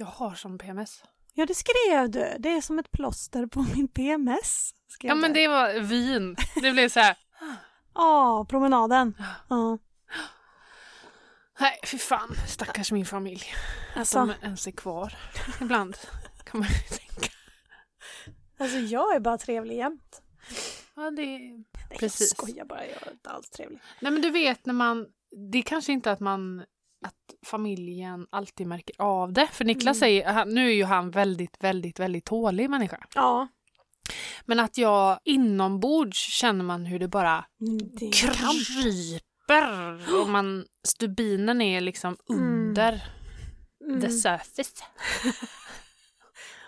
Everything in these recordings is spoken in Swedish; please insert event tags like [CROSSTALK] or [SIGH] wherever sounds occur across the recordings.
Jag har sån PMS. Ja, det skrev du. Det är som ett plåster på min PMS. skrev Ja men du. det var vin. Det blev så här. Ja, promenaden. Ja. [LAUGHS] Nej fy fan, stackars min familj. Att Alltså, de ens är kvar. [LAUGHS] Ibland kan man ju [LAUGHS] tänka. alltså, jag är bara trevlig jämt. Ja, det... Nej, Precis. Jag skojar bara, jag är inte alls trevlig. Nej men du vet när man, det är kanske inte att man, att familjen alltid märker av det. För Niklas Mm. säger, han, nu är ju han väldigt, väldigt, väldigt tålig människa. Ja. Men att jag inombords känner man hur det bara Det är en kamp. kryper. Och man, stubinen är liksom under Mm. the surface.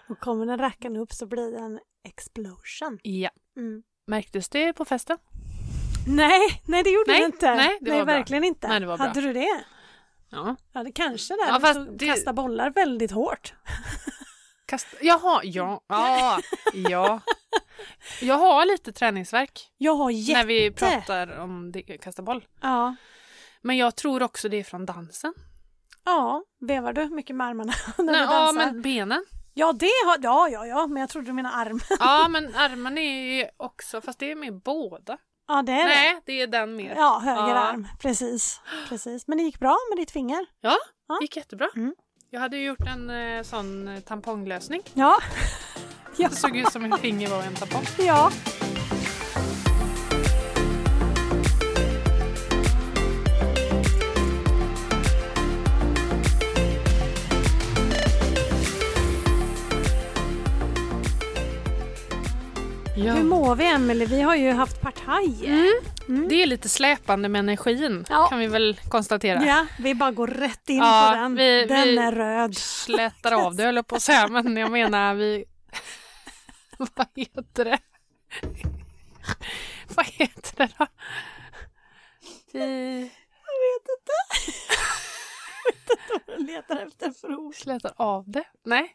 Och kommer den rackaren upp så blir det en explosion. Ja. Mm. Märktes det på festen? Nej, nej det gjorde Nej, den inte. nej, det var bra. verkligen inte. Nej, det var bra. Hade du det? Ja. Ja, det kanske där. Ja, Du fast tog- det- Kasta bollar väldigt hårt. Kast... Jaha, ja. Ja, ja. Jag har lite träningsverk Jag har jätte... när vi pratar om det, kasta boll. Ja. Men jag tror också det är från dansen. ja, vevar du mycket med armarna [LAUGHS] när Nej, du ja, dansar? men [LAUGHS] benen. Ja, det har... Ja, ja, ja, men jag trodde du menade arm. [LAUGHS] Ja, men armarna är ju också, fast det är med båda. Ja, det är det. Nej, det är den mer. Ja, höger Ja. arm. Precis. Precis. Men det gick bra med ditt finger. Det gick jättebra. Mm. Jag hade ju gjort en eh, sån eh, tamponglösning. Ja. Det såg ut som en finger var en tampong. Ja. Hur mår vi, Emelie? Vi har ju haft partaj. Mm. Det är lite släpande med energin Ja. kan vi väl konstatera. Ja, vi bara går rätt in Ja, på den. vi- den vi- [LAUGHS] är röd. Slätar av det höll jag på att säga men jag menar vi... Vad heter det? Vad heter det då? Vi Jag letar efter fros. slätar av det? Nej.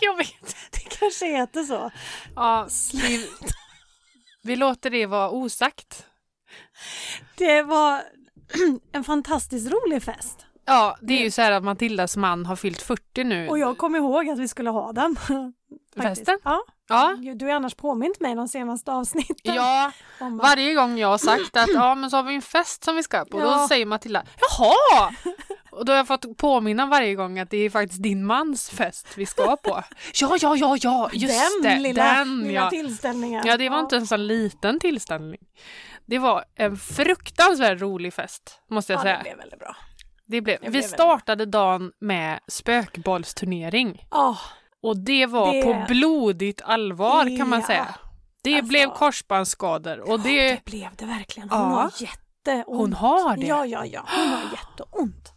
Jag vet. Det kanske heter så. Ja, vi, vi låter det vara osagt. Det var [CLEARS THROAT] en fantastiskt rolig fest. Ja, det är ju så här att Matildas man har fyllt 40 nu. Och jag kom ihåg att vi skulle ha den. [LAUGHS] Faktiskt. Festen? Ja. Ja. Du har annars påmint mig de senaste avsnitten. Ja, Om att- varje gång jag har sagt [CLEARS THROAT] att ja, men så har vi en fest som vi ska på, då Ja. säger Matilda jaha! Och då har jag fått påminna varje gång att det är faktiskt din mans fest vi ska på. [LAUGHS] Ja, ja, ja, ja, just den det, lilla, den lilla ja. tillställningen. Ja, det var inte en sån liten tillställning. Det var en fruktansvärt rolig fest, måste jag ja, säga. det blev väldigt bra. Det blev. blev vi väldigt- startade dagen med spökbollsturnering Ja, och det var Det- på blodigt allvar kan man Ja. säga. Det Alltså- blev korsbandsskador och det... det blev det verkligen. Hon Eh, Ja. har jätteont. Hon har det. Ja, ja, ja. Hon har [LAUGHS] jätteont.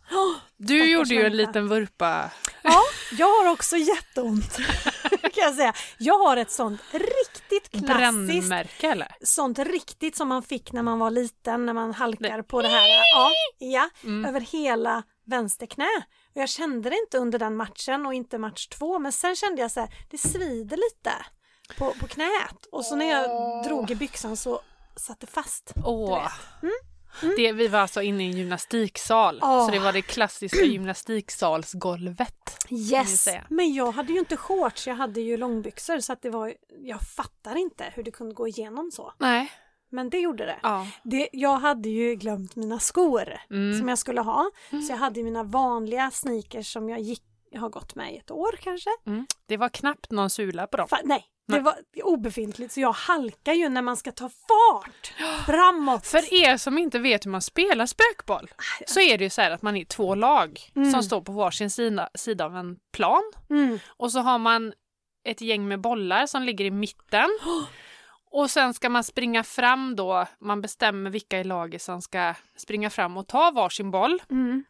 Du gjorde ju en människa. liten vurpa. Ja, jag har också jätteont. [LAUGHS] kan jag säga. Jag har ett sånt riktigt klassiskt, Brännmärke eller? sånt riktigt som man fick när man var liten, när man halkar på det här. Ja, ja Mm. över hela vänsterknä. Och jag kände det inte under den matchen och inte match två, men sen kände jag så här, det svider lite på, på knät. Och så när jag drog i byxan så satt det fast. Åh. Det, vi var alltså inne i en gymnastiksal, Mm. Åh. så det var det [CLEARS THROAT] klassiska gymnastiksalsgolvet. Yes! säga. Men jag hade ju inte shorts, jag hade ju långbyxor så att det var, jag fattar inte hur det kunde gå igenom så. Nej. Men det gjorde det. Ja. det jag hade ju glömt mina skor Mm. som jag skulle ha. Så jag hade ju mina vanliga sneakers som jag gick, jag har gått med i ett år kanske. Mm. Det var knappt någon sula på dem. Fa- nej, Nej. det var obefintligt så jag halkar ju när man ska [GASPS] ta fart framåt. För er som inte vet hur man spelar Ah, spökboll så är det ju så här att man är två lag som står på varsin sida, sida av en plan Mm. och så har man ett gäng med bollar som ligger i [GASPS] mitten och sen ska man springa fram då, man bestämmer vilka i laget som ska springa fram och ta varsin boll Mm.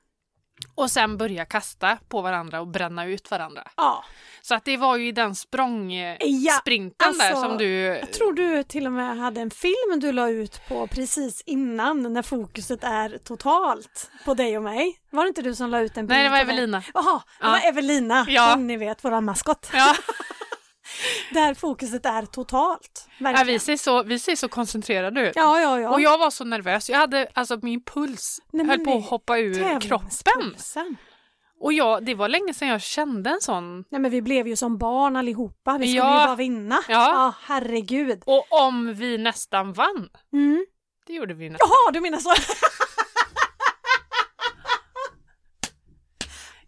och sen börja kasta på varandra och bränna ut varandra. Ja, Så att det var ju i den språng, eh, Ja, sprinten där alltså, som du... jag tror du till och med hade en film du la ut på precis innan när fokuset är totalt på dig och mig. Var det inte du som la ut en bild Nej, det var på mig? Evelina. Jaha, det Ja. var Evelina. Ja. Hon ni vet, våran maskot. [LAUGHS] Ja. Där fokuset är totalt. Ja, Verkligen. vi, ser så, vi ser så koncentrerade ut. Ja, ja, ja. Och jag var så nervös. Jag hade, alltså min puls Nej, men höll på det- att hoppa ur kroppen. Tävlingspulsen. Och jag, det var länge sedan jag kände en sån. Nej men vi blev ju som barn allihopa, vi skulle Ja. ju bara vinna. Ja. herregud. Och om vi nästan vann. Mm. Det gjorde vi nästan. Jaha, du menar så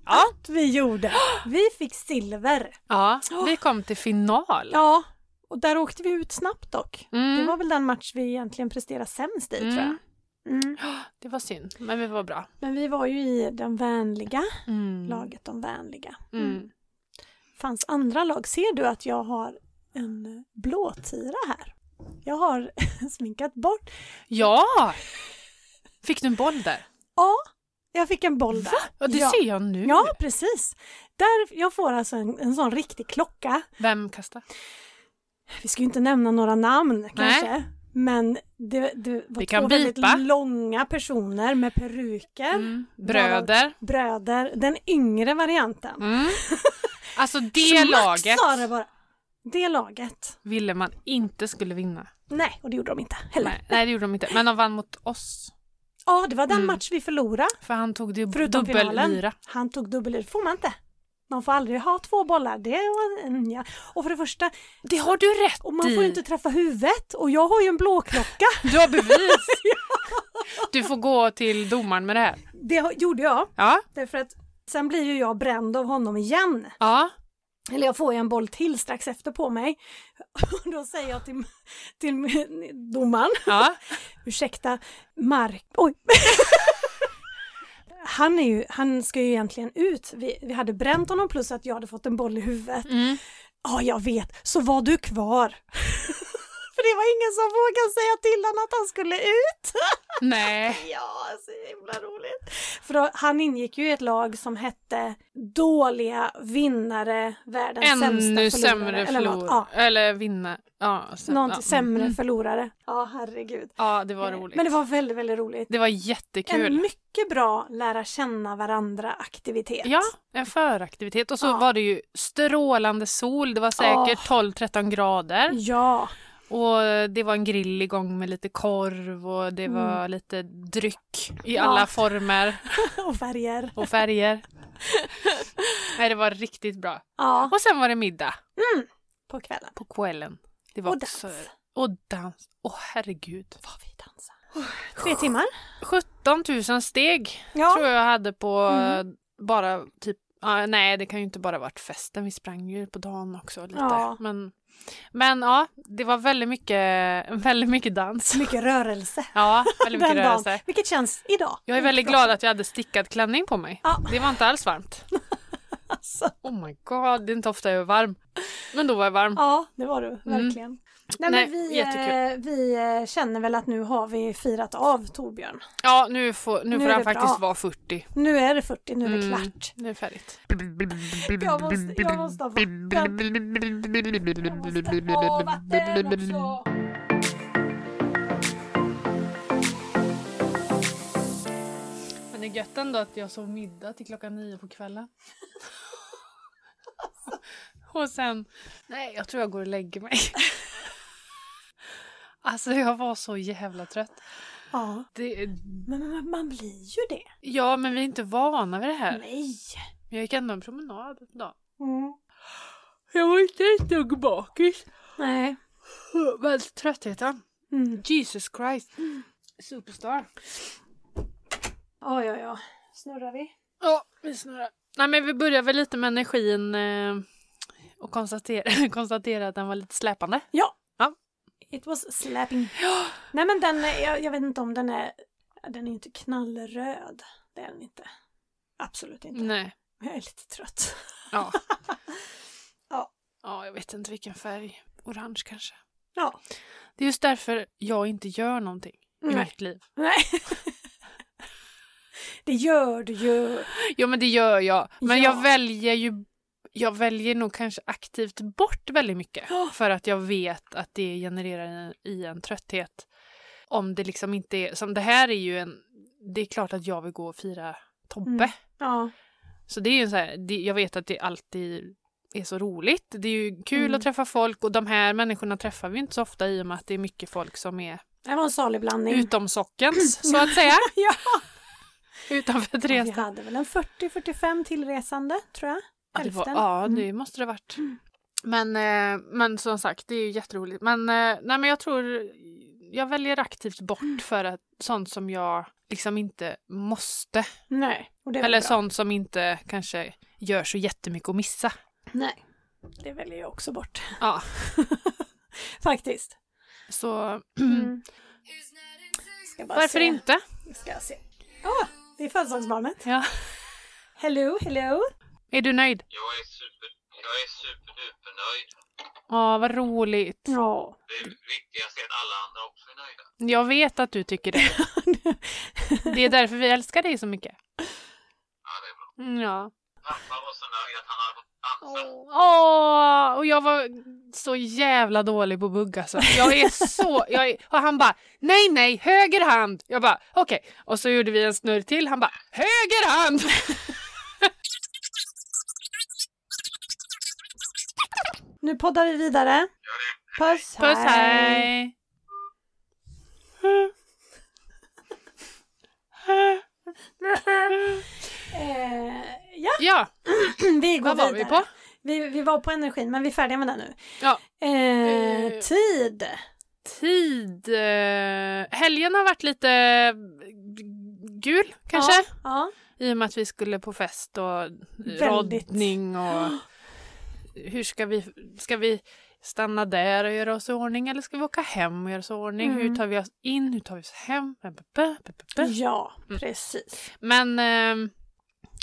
Ja. att vi gjorde. Vi fick silver. Ja, vi kom till final. Ja, och där åkte vi ut snabbt dock. Mm. Det var väl den match vi egentligen presterade sämst i Mm. tror jag. Mm. Det var synd, men vi var bra. Men vi var ju i den vänliga, Mm. laget de vänliga. Mm. fanns andra lag. Ser du att jag har en blåtira här? Jag har [LAUGHS] sminkat bort. Ja! Fick du en boll där? Ja, jag fick en boll där. Ja, det ja. ser jag nu. Ja, precis. Där, jag får alltså en, en sån riktig klocka. Vem kastade? Vi ska ju inte nämna några namn kanske. Men det, det var Vi två kan väldigt bipa. långa personer med peruker, Mm. Bröder. bröder, den yngre varianten. [LAUGHS] Mm. Alltså det Schmack, laget sa det bara. Det laget. ville man inte skulle vinna. Nej, och det gjorde de inte heller. Nej, nej, det gjorde de inte. Men de vann mot oss. Ja, det var den Mm. match vi förlorade. För han tog det ju Förutom finalen. dubbellyra. Han tog dubbellyra, får man inte. Man får aldrig ha två bollar. Det var en, ja. Och för det första, Det har du rätt och man i! får ju inte träffa huvudet och jag har ju en blåklocka. Du har [LAUGHS] bevis! Du får gå till domaren med det här. Det har- gjorde jag, Ja, därför att sen blir ju jag bränd av honom igen. ja. Eller jag får ju en boll till strax efter på mig. [LAUGHS] Och då säger jag till, till min- domaren, ja. ursäkta, Mark... Oj! [LAUGHS] Han, är ju, han ska ju egentligen ut. Vi, vi hade bränt honom plus att jag hade fått en boll i huvudet. Mm. Ja, jag vet. Så var du kvar. [LAUGHS] För det var ingen som vågade säga till honom att han skulle ut. Nej. Ja, så himla roligt. För då, han ingick ju i ett lag som hette Dåliga vinnare, världens Ännu sämsta sämre förlorare. eller något. förlor. Ja, Eller vinna. Ja, sen, någonting ja. sämre Mm. förlorare. Ja, herregud. Ja, det var roligt. Men det var väldigt, väldigt roligt. det var jättekul. En mycket bra lära känna varandra-aktivitet. Ja, en föraktivitet. Och så Ja. var det ju strålande sol. Det var säkert 12-13 grader. Ja, [LAUGHS] Och det var en grill igång med lite korv och det var lite dryck i Mm. Ja. alla former och färger. och [LAUGHS] färger. Nej, det var riktigt bra. Ja, Och sen var det middag på kvällen. på kvällen. Det var Och också- dans. Och dans. Åh herregud. Vad vi dansade. Tre timmar. 17 000 steg Ja. tror jag hade på Mm. bara typ, ja, nej det kan ju inte bara varit festen, vi sprang ju på dagen också lite. Ja. Men, men ja, det var väldigt mycket, [LAUGHS] väldigt mycket dans. Mycket rörelse Ja, [LAUGHS] väldigt mycket den dagen, rörelse. vilket känns idag. Jag är väldigt glad att jag hade stickad klänning på mig. Ja. Det var inte alls varmt. Alltså. Oh my god, det är inte ofta jag är varm. Men då var jag varm. Ja, det var du verkligen. Nej, Mm. Nej, men vi, jättekul. eh, vi eh, känner väl att nu har vi firat av Torbjörn. Ja, nu får, nu Nu får är han det bra. faktiskt vara 40. Nu är det 40, nu är det Mm. klart. Nu är det färdigt. Jag måste, jag måste ha vatten. Jag måste ha vatten också. [LAUGHS] Men det är gött ändå att jag sov middag till klockan nio på [LAUGHS] kvällen. och sen... Nej, jag tror jag går och lägger mig. [LAUGHS] alltså, jag var så jävla trött. Ja, Det, men men- men man blir ju det. ja, men vi är inte vana vid det här. Nej. Men jag gick ändå en promenad idag. Mm. Jag var inte ett dugg bakis. Nej. Men tröttheten. Mm. Jesus Christ. Superstar. Ja, ja, ja. Snurrar vi? Ja, vi snurrar. Nej, men vi börjar väl lite med energin eh, och konstatera, [LAUGHS] konstatera att den var lite släpande. Ja. Ja. It was slapping. [GASPS] Nej men den, är- jag, jag vet inte om den är, den är inte knallröd. Det är den inte. Absolut inte. Nej. Men Jag är lite trött. Ja. [LAUGHS] Ja. Ja, jag vet inte vilken färg. Orange kanske. Ja. Det är just därför jag inte gör någonting i Nej. mitt liv. Nej. Det gör du ju. Jo, men det gör jag. Men Ja. jag väljer ju jag väljer nog kanske aktivt bort väldigt mycket Ja. för att jag vet att det genererar en, i en trötthet. Om det liksom inte är, som det här är ju en, det är klart att jag vill gå och fira Tobbe. Mm. Ja. Så det är ju så här, det, jag vet att det alltid är så roligt. Det är ju kul Mm. att träffa folk och de här människorna träffar vi inte så ofta i och med att det är mycket folk som är Det var en salig blandning. [LAUGHS] utom sockens så att säga. Ja. utanför Ja, vi Trestad. hade väl en 40-45 tillresande tror jag. Ja, det var, Hälften. Mm. ja, det måste det ha varit. Men, eh, men som sagt, det är ju jätteroligt. Men, eh, nej, men jag tror jag väljer aktivt Mm. bort för att, sånt som jag liksom inte måste. Nej, och det är väl Eller bra. sånt som inte kanske gör så jättemycket att missa. Nej, det väljer jag också bort. Ja, [LAUGHS] Faktiskt. så Mm. Ska bara varför se. inte? Ska jag se. Åh, det är födelsedagsbarnet. Ja. Hello, hello. Är du nöjd? Jag är super, jag är superdupernöjd. Ja, vad roligt. Ja. Det viktigaste är att alla andra också är nöjda. Jag vet att du tycker [LAUGHS] det. Det är därför vi älskar dig så mycket. Ja, det är bra. Mm, Ja. Pappa var så nöjd att han hade fått dansa. Åh, och jag var så jävla dålig på att bugga så. Jag är så, jag är, och han bara nej nej höger hand. Jag bara okej och så gjorde vi en snurr till. Han bara höger hand. Nu poddar vi vidare. Puss, Puss [LAUGHS] hej. [LAUGHS] Eh, ja, [CLEARS THROAT] Ja, vi går vad var vi vidare. på? Vi, vi var på energin, men vi är färdiga med den nu. Ja. Eh, Eh. tid. Tid. eh, Helgen har varit lite eh, gul kanske. Ja. ja. I och med att vi skulle på fest och eh, Väldigt. roddning och hur ska vi, ska vi stanna där och göra oss i ordning eller ska vi åka hem och göra oss i ordning? Mm. Hur tar vi oss in? Hur tar vi oss hem? Bä, bä, bä, bä, bä, bä. Ja, Mm. precis. Men ehm,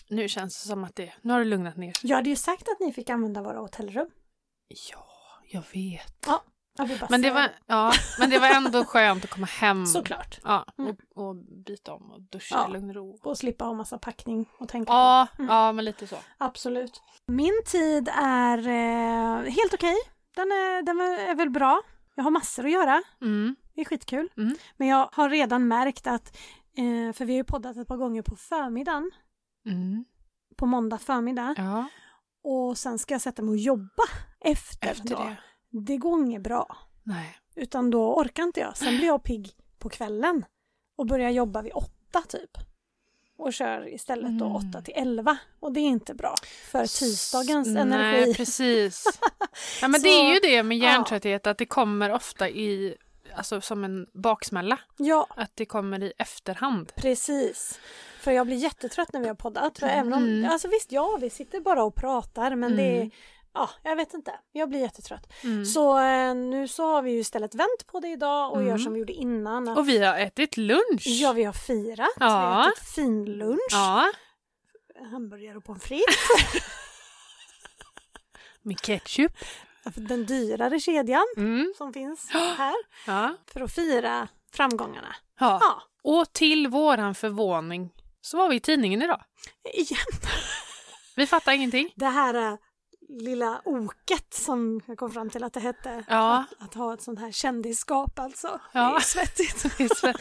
nu känns det som att det, nu har det lugnat ner sig. Jag hade ju sagt att ni fick använda våra hotellrum. Ja, jag vet. Jag vill bara Men det säga var, mm. ja, men det var ändå skönt att komma hem. Såklart. Ja, Mm. typ. och, och byta om och duscha Ja. i lugn och ro. Och slippa ha massa packning och tänka på. Ja, Mm. ja, men lite så. Absolut. Min tid är eh, helt okej. Den, är, den är väl bra. Jag har massor att göra. Mm. Det är skitkul. Mm. Men jag har redan märkt att, eh, för vi har ju poddat ett par gånger på förmiddagen, Mm. på måndag förmiddag. Ja, Och sen ska jag sätta mig och jobba efter, efter då. det. Det går inget bra. Nej. Utan då orkar inte jag. Sen blir jag pigg på kvällen och börjar jobba vid åtta typ. Och kör istället då Mm. åtta till elva. Och det är inte bra för tisdagens S- Nej, energi. [LAUGHS] precis. Ja, men Så- det är ju det med hjärntrötthet, att det kommer ofta i, alltså, som en baksmälla. Ja, Att det kommer i efterhand. precis. För jag blir jättetrött när vi har poddat. För även om, Mm. alltså visst, ja, vi sitter bara och pratar men det är, Mm. ja, jag vet inte. Jag blir jättetrött. Mm. Så eh, nu så har vi ju istället vänt på det idag och gör Mm. som vi gjorde innan. Att Och vi har ätit lunch. Ja, vi har firat. Vi har Ja. ätit fin lunch. Ja, Hamburgare och pommes frites. med ketchup. Alltså, Den dyrare kedjan Mm. som finns här. Ja. För att fira framgångarna. Ja. Ja, Och till våran förvåning så var vi i tidningen idag. igen. Vi fattar ingenting. Det här eh, lilla oket som jag kom fram till att det hette. Ja. Att, att ha ett sånt här kändisskap alltså. Ja. Det [LAUGHS] är svettigt. Det är så-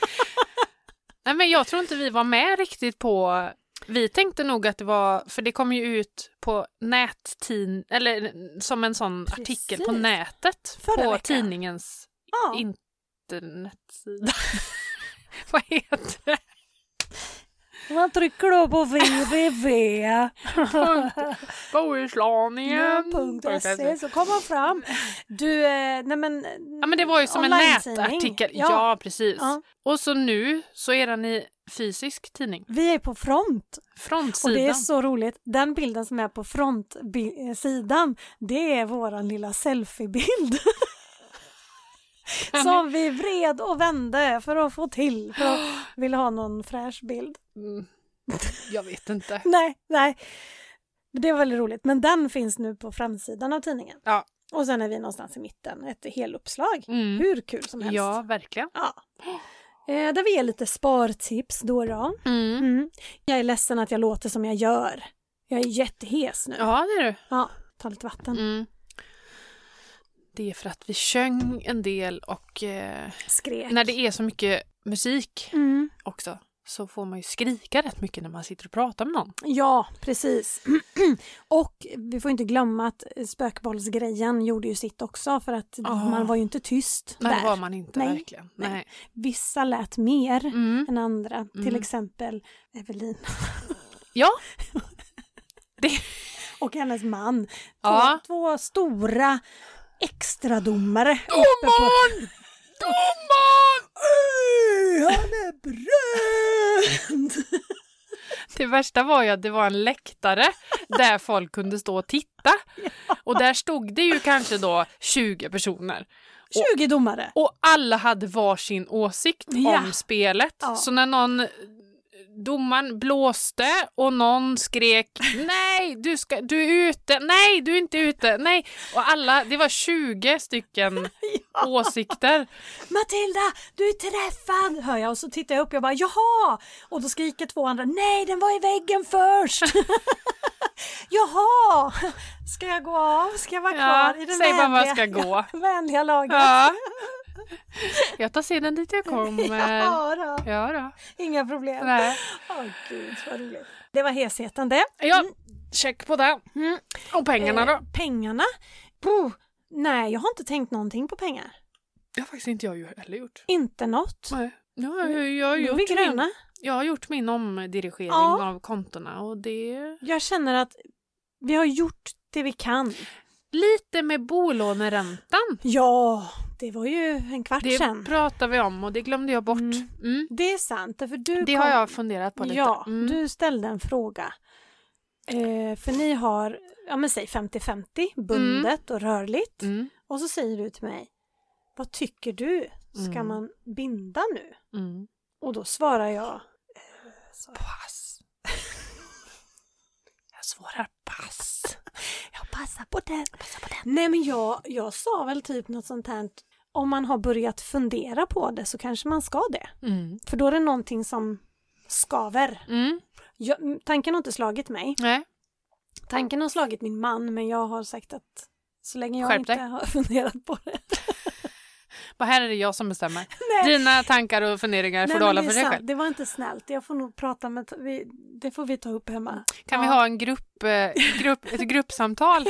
Nej, men jag tror inte vi var med riktigt på... Vi tänkte nog att det var, för det kom ju ut på nättid, eller som en sån artikel på Precis. nätet Förra på veckan. tidningens Ja. internetsida. [LAUGHS] Vad heter [LAUGHS] det? Man trycker då på www. Bohuslanian.se. så kommer fram. Du, eh, nej men... Ja men det var ju som en online-tidning. nätartikel. Ja, Ja. precis. Ja. Och så nu så är den i fysisk tidning. Vi är på front och Frontsidan. det är så roligt. Den bilden som är på frontsidan, det är våran lilla selfiebild. [LAUGHS] som vi vred och vände för att få till, för [GASPS] att vill ha någon fräsch bild. Mm. Jag vet inte. [LAUGHS] Nej, nej. Det var väldigt roligt, men den finns nu på framsidan av tidningen. Ja. Och sen är vi någonstans i mitten, ett heluppslag. Mm. Hur kul som helst. Ja, verkligen. Ja. Eh, där vi ger lite spartips då och då. Mm. Jag är ledsen att jag låter som jag gör. Jag är jättehes nu. Ja, Mm. det är du. Ja, ta lite vatten. Det är för att vi sjöng en del och eh, Skrek. när det är så mycket musik Mm. också så får man ju skrika rätt mycket när man sitter och pratar med någon. Ja, precis. [CLEARS THROAT] och vi får inte glömma att spökbollsgrejen gjorde ju sitt också för att Ja. man var ju inte tyst Nej, där. det var man inte Nej, verkligen. Nej. nej. Vissa lät mer Mm. än andra, till Mm. exempel Evelina Ja, [LAUGHS] och hennes man. Två, Ja. två stora extradomare. domaren! Domaren! Han är bränd! Det värsta var ju att det var en läktare där folk kunde stå och titta. Och där stod det ju kanske då 20 personer. 20 domare. [LAUGHS] Och alla hade varsin åsikt Ja. om spelet. Ja. Så när någon eh, domaren blåste och någon [LAUGHS] skrek nej du, ska, du är ute, nej du är inte ute, nej. Och alla, det var 20 [LAUGHS] stycken åsikter. Matilda, du är träffad! Hör jag och så tittar jag upp jag bara jaha! Och då skriker två andra nej den var i väggen först! [LAUGHS] jaha! [LAUGHS] Ska jag gå av? Ska jag vara Ja, kvar i den säg bara vad jag ska vänliga- [LAUGHS] gå. vänliga laget? Ja. Jag tar sedan dit jag kommer. Ja, [LAUGHS] Ja, då. då. Inga problem. Nej. Åh gud vad roligt. Det var hesheten det. Ja, check på det. Mm. Och pengarna Eh, då? pengarna? Puh. Nej, jag har inte tänkt någonting på pengar. Det har faktiskt inte jag ju heller gjort. Inte något. Nej. Nu har jag, jag, har Nu är gjort vi min, gröna. jag har gjort min omdirigering Ja. av kontona och det... Jag känner att vi har gjort det vi kan. Lite med bolåneräntan. Ja, det var ju en kvart Det sedan. pratar vi om och det glömde jag bort. Mm. Mm. Det är sant, för du Det kom- har jag funderat på lite. Ja, Mm. du ställde en fråga. Eh, för ni har, ja men säg 50-50, bundet och rörligt. Mm. Och så säger du till mig, vad tycker du? Ska Mm. man binda nu? Mm. Och då svarar jag, Pass. jag svarar [LAUGHS] pass. jag passar på den. Nej men jag, jag sa väl typ något sånt här, om man har börjat fundera på det så kanske man ska det. Mm. För då är det någonting som skaver. Mm. Jag, m- tanken har inte slagit mig. Nej. Tanken har slagit min man men jag har sagt att så länge jag Skärp inte dig. har [LAUGHS] funderat på det. Vad här är det jag som bestämmer. [LAUGHS] Nej. Dina tankar och funderingar får Nej, du men hålla det, är för dig sant. själv. det var inte snällt. Jag får nog prata med... Vi, det får vi ta upp hemma. Kan vi Ja. ha en grupp, eh, grupp, ett [LAUGHS] gruppsamtal?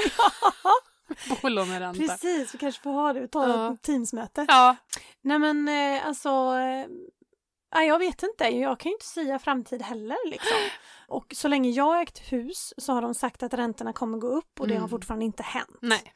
[LAUGHS] Bolåneränta. Precis, vi kanske får ha det. Vi tar Ja. ett Teamsmöte. Ja, Nej men eh, alltså... Eh, nej, jag vet inte. Jag kan ju inte säga framtid [GASPS] heller liksom. Och så länge jag har ägt hus så har de sagt att räntorna kommer gå upp och det har Mm. fortfarande inte hänt. nej.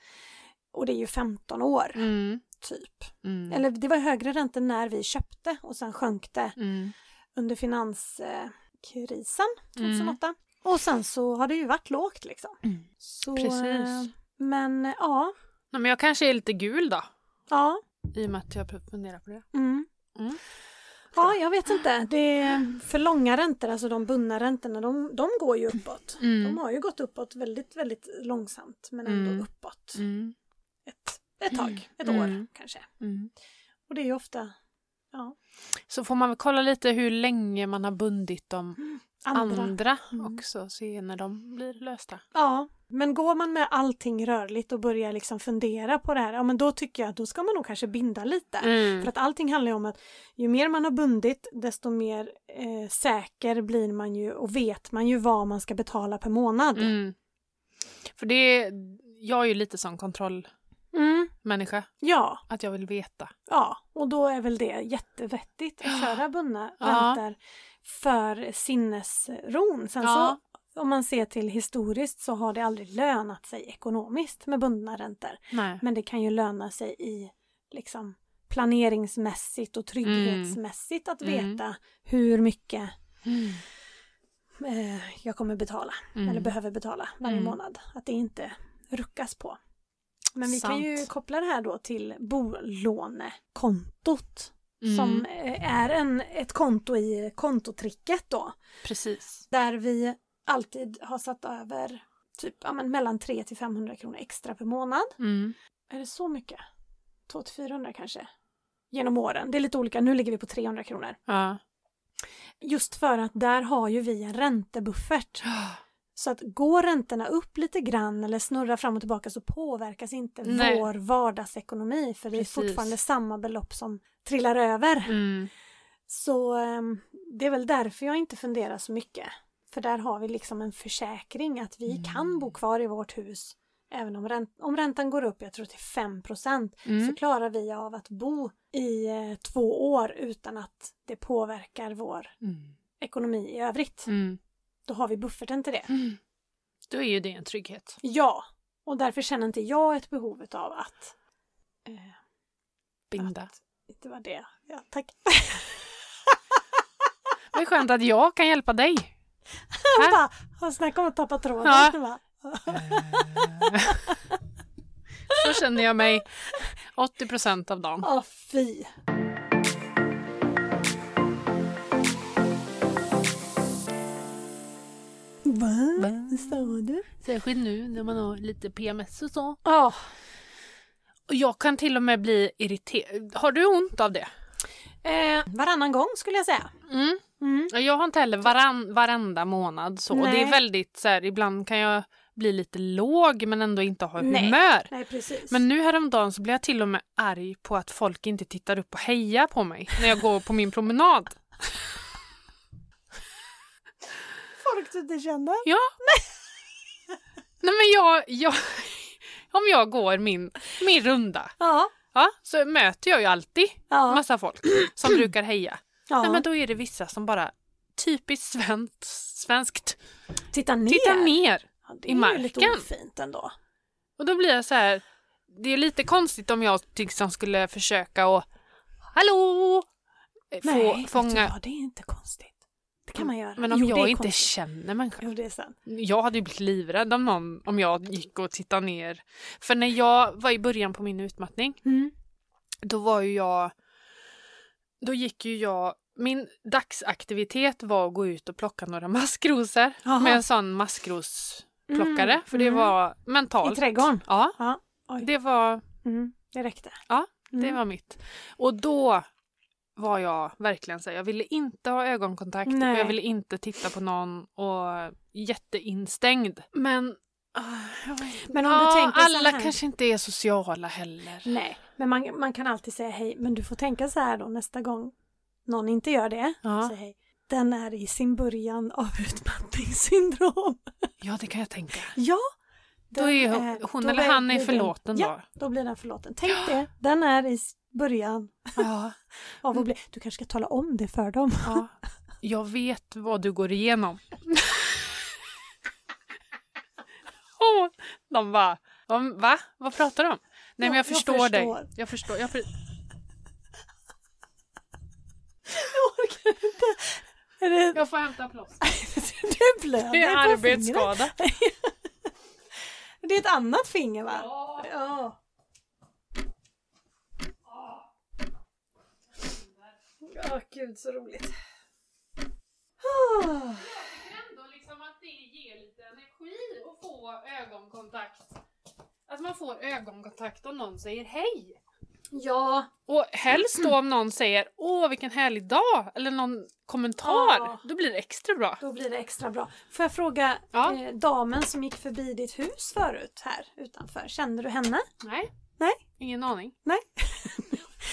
Och det är ju 15 år Mm. typ. Mm. Eller det var högre räntor när vi köpte och sen sjönk det Mm. under finanskrisen 2008. Och sen så har det ju varit lågt liksom. Mm. Så, Precis. eh, Men eh, ja, Nej, men jag kanske är lite gul då, ja. i och med att jag funderar på det. Mm. Mm. Ja, jag vet inte. Det är för långa räntor, alltså de bundna räntorna, de, de går ju uppåt. Mm. De har ju gått uppåt väldigt, väldigt långsamt men ändå Mm. uppåt. Mm. Ett, ett tag, ett år Mm. kanske. Mm. Och det är ju ofta Så får man väl kolla lite hur länge man har bundit de andra. andra, Mm. också, se när de blir lösta. Ja, men går man med allting rörligt och börjar liksom fundera på det här, ja men då tycker jag att då ska man nog kanske binda lite. Äh, Mm. För att allting handlar ju om att ju mer man har bundit desto mer eh, säker blir man ju och vet man ju vad man ska betala per månad. Mm. För det, jag är ju lite sån kontrollmänniska, Mm, Ja, att jag vill veta. ja, och då är väl det jättevettigt att köra bundna Ja. räntor för sinnesron. Sen Ja. så om man ser till historiskt så har det aldrig lönat sig ekonomiskt med bundna räntor. Nej. Men det kan ju löna sig i liksom planeringsmässigt och trygghetsmässigt att Mm. veta hur mycket Mm. eh, jag kommer betala Mm. eller behöver betala varje Mm. månad. Att det inte ruckas på. Men vi kan Sant. ju koppla det här då till bolånekontot Mm. som eh, är en, ett konto i kontotricket då. Precis. Där vi alltid har satt över typ ja, men mellan 300 till 500 kronor extra per månad. Mm. Är det så mycket? 200-400 kanske? Genom åren. Det är lite olika. Nu ligger vi på 300 kronor. Ja. Just för att där har ju vi en räntebuffert. Så att går räntorna upp lite grann eller snurrar fram och tillbaka så påverkas inte Nej. vår vardagsekonomi för det Precis. är fortfarande samma belopp som trillar över. Mm. Så ehm, Det är väl därför jag inte funderar så mycket. För där har vi liksom en försäkring att vi kan Mm. bo kvar i vårt hus. Även om, ränt- om räntan går upp, jag tror till 5 så Mm. klarar vi av att bo i eh, två år utan att det påverkar vår Mm. ekonomi i övrigt. Mm. Då har vi bufferten till det. Då är ju det en trygghet. Ja, och därför känner inte jag ett behov av att... Eh, Binda. det var det. Ja, tack. Det är skönt att jag kan hjälpa dig. [LAUGHS] Jag bara, "Ja, Snacka om att tappa tråden. Ja. Jag bara, Så känner jag mig 80 procent av dagen. Ja, fy. Va? Sa du? Särskilt nu när man har lite PMS och så. Ja, Och jag kan till och med bli irriterad. Har du ont av det? eh, varannan gång skulle jag säga. Mm. Mm. Jag har inte heller varan, varenda månad så. Och det är Nej. väldigt så här, ibland kan jag bli lite låg men ändå inte ha Nej. humör. Nej, precis. Men nu häromdagen så blev jag till och med arg på att folk inte tittar upp och hejar på mig när jag går på min promenad. folk du inte känner. [LAUGHS] Ja. Nej men jag, jag [LAUGHS] om jag går min, min runda Ja. ja, så möter jag ju alltid Ja. massa folk som brukar heja. ja. Nej men då är det vissa som bara typiskt svenskt, svenskt Titta ner. tittar ner. ja, det i är ju lite marken. ofint ändå. Och då blir jag så här, det är lite konstigt om jag liksom skulle försöka och hallå! eh, Få, Nej, vet du fånga Mm. vad, det är inte konstigt. Det kan man göra. Men om Jo, det är jag inte konstigt. känner människan. Jo, det är sant. Jag hade ju blivit livrädd om någon om jag gick och tittade ner. För när jag var i början på min utmattning, Mm. då var ju jag... Då gick ju jag... Min dagsaktivitet var att gå ut och plocka några [LAUGHS] maskrosor Jaha. med en sån maskrosplockare. Mm, För det mm. var mentalt. I trädgården? Ja, Ja. Oj. det var, Mm. Det räckte. Ja, Mm. det var mitt. Och då var jag verkligen så här, jag ville inte ha ögonkontakt Nej. och jag ville inte titta på någon och jätteinstängd. Men, ah, jag vet inte. Men om du Ja, tänker så alla här- Mm. kanske inte är sociala heller. Nej, men man, man kan alltid säga hej. Men du får tänka så här då nästa gång någon inte gör det. Ja. Säg hej. Den är i sin början av utmattningssyndrom. Ja, det kan jag tänka. Ja! Då den är hon- hon då eller han är blir den- förlåten Ja, då blir den förlåten. Tänk det, den är i s- början Ja, av Mm. att bli... Du kanske ska tala om det för dem. [LAUGHS] ja. Jag vet vad du går igenom. Åh, de bara, "Om- va? Vad pratar de om? Nej, Ja, men jag jag förstår, dig. förstår. Jag förstår. Jag för... Jag orkar inte. Är det... [LAUGHS] Jag får hämta plåster. Du blöder Det är på fingret. arbetsskada. Det är ett annat finger va? Ja. Ja. Ja, gud så roligt. [SIGHS] Ah. ändå liksom att det ger lite energi att få ögonkontakt. Att man får ögonkontakt om någon säger hej. Ja. Och helst då om någon säger åh vilken härlig dag eller någon kommentar. Ja. Då blir det extra bra. Då blir det extra bra. Får jag fråga Ja. eh, damen som gick förbi ditt hus förut här utanför. Kände du henne? Nej. Nej. Ingen aning. Nej.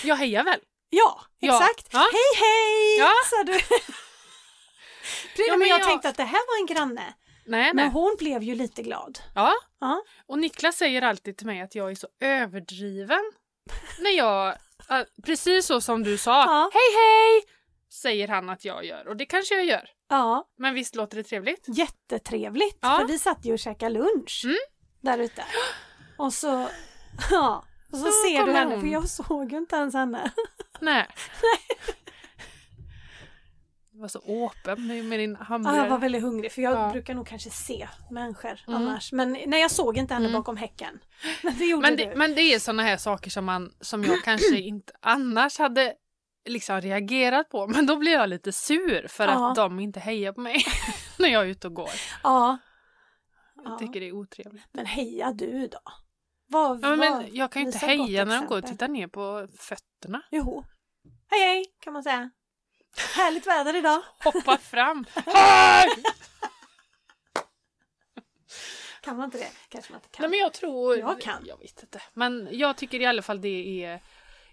Jag hejar väl? Ja, Ja. exakt. Ja. Hej hej! Ja. [LAUGHS] Sa du. Precis, Ja, men men jag, jag- tänkte att det här var en granne. Nej, nej. Men hon blev ju lite glad. Ja. Ja. Och Niklas säger alltid till mig att jag är så överdriven. När jag, ja, precis så som du sa, Ja. hej hej! Säger han att jag gör och det kanske jag gör. Ja. Men visst låter det trevligt? Jättetrevligt, Ja. för vi satt ju och käkade lunch Mm. där ute. Och så, [LAUGHS] ja, och så, Så ser du kommer henne, hon. för jag såg ju inte ens henne. [LAUGHS] Nej. Du var så åpen med, med din Ja, Ah, jag var hamburgare. väldigt hungrig för jag Ja. brukar nog kanske se människor Mm. annars. Men nej, jag såg inte henne Mm. bakom häcken. [LAUGHS] Men det gjorde Men du. det, men det är såna här saker som, man, som jag [CLEARS THROAT] kanske inte annars hade liksom reagerat på. Men då blir jag lite sur för Ja. att de inte hejar på mig [LAUGHS] när jag är ute och går. Ja. Jag ja. tycker det är otrevligt. Men heja du då. Vad, Ja, vad- men jag kan ju inte visa gott heja när de går och exempel. tittar ner på fötterna. Jo. Hej hej kan man säga. Härligt väder idag. Hoppa fram. [LAUGHS] Hej! Kan man inte det? Kanske man inte kan. Nej men jag tror... Jag kan. Jag vet inte. Men jag tycker i alla fall det är...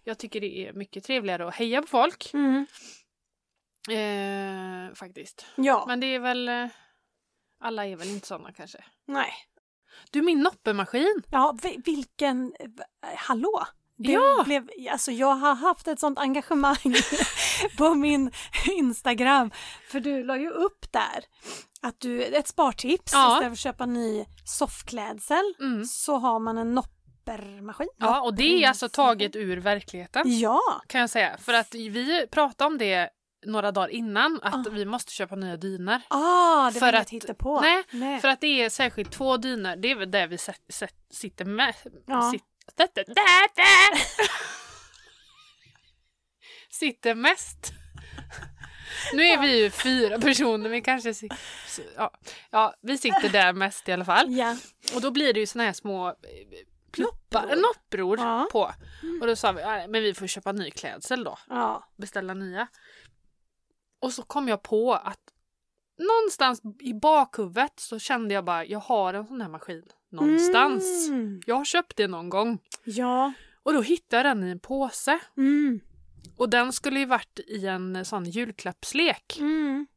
Jag tycker det är mycket trevligare att heja på folk Mm. Eh, faktiskt. Ja, Men det är väl... eh, Alla är väl inte såna kanske. nej. Du, min noppemaskin! Ja, vi- vilken... eh, Hallå! Det Ja! blev, alltså jag har haft ett sånt engagemang [LAUGHS] på min Instagram. För du la ju upp där att du, ett spartips, Ja. istället för att köpa ny soffklädsel Mm. så har man en noppermaskin. Ja, och det är alltså taget ur verkligheten. Ja, kan jag säga. För att vi pratade om det några dagar innan att Ah. vi måste köpa nya dyner. ah, För det var inget att- hittepå. nej, nej. För att det är särskilt två dyner, det är väl där vi sä- sä- sitter med. Ja. Sit- där- där- där. [LAUGHS] sitter mest. Nu är vi ju fyra personer, vi kanske si- s- ja. ja, vi sitter där mest i alla fall. Ja. Och då blir det ju såna här små eh, pluppar, Noppror. noppror Ja. på. Och då sa vi, "Ja, men vi får köpa ny klädsel då. ja, beställa nya. Och så kom jag på att någonstans i bakhuvudet så kände jag bara jag har en sån här maskin någonstans. Mm. Jag har köpt det någon gång. Ja. Och då hittade jag den i en påse. Mm. Och den skulle ju varit i en sån julklappslek Mm.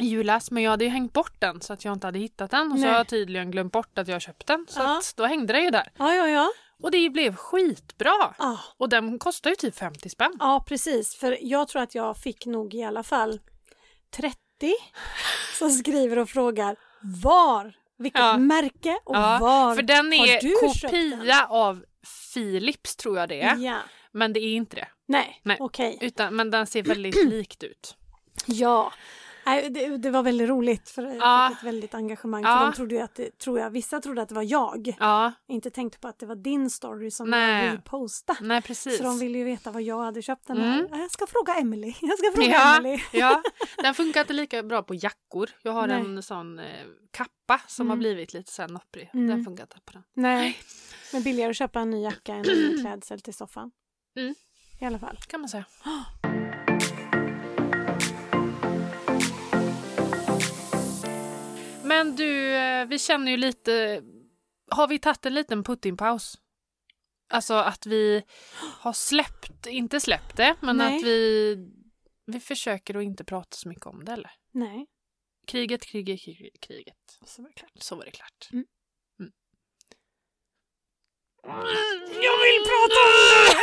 i julas men jag hade ju hängt bort den så att jag inte hade hittat den. Och så Nej. har jag tydligen glömt bort att jag köpt den. Så Ja. att då hängde den ju där. Ja, ja, ja. Och det blev skitbra. Ah. Och den kostar ju typ 50 spänn. Ja, precis. För jag tror att jag fick nog i alla fall 30 som skriver och frågar var, vilket Ja. märke och var för den har du är köpt den? kopia av Philips tror jag det är. Ja. Men det är inte det. Nej, Nej. okej. Utan, men den ser [CLEARS THROAT] väldigt likt ut. Ja. Nej, det, det var väldigt roligt för Ja. jag fick ett väldigt engagemang. Ja. För de trodde ju att, det, tror jag, vissa trodde att det var jag. Ja, Inte tänkte på att det var din story som Nej. jag repostade. nej precis. Så de ville ju veta vad jag hade köpt den Mm. här. Jag ska fråga Emily. [LAUGHS] Jag ska fråga ja, Emily. ja, den funkar inte lika bra på jackor. Jag har Nej. en sån eh, kappa som Mm. har blivit lite så här nopprig. Mm. Den funkar inte på den. Nej, men billigare att köpa en ny jacka än [CLEARS THROAT] en ny klädsel till soffan. Mm. I alla fall. kan man säga. [GASPS] Men du, eh, vi känner ju lite... Har vi tagit en liten Putin-paus? Alltså att vi har släppt, inte släppt det, men Nej. att vi, vi försöker att inte prata så mycket om det. Eller? Nej. Kriget, kriget, kriget, kriget. Så var det klart. Så var det klart. Mm. Mm. Jag vill prata om det!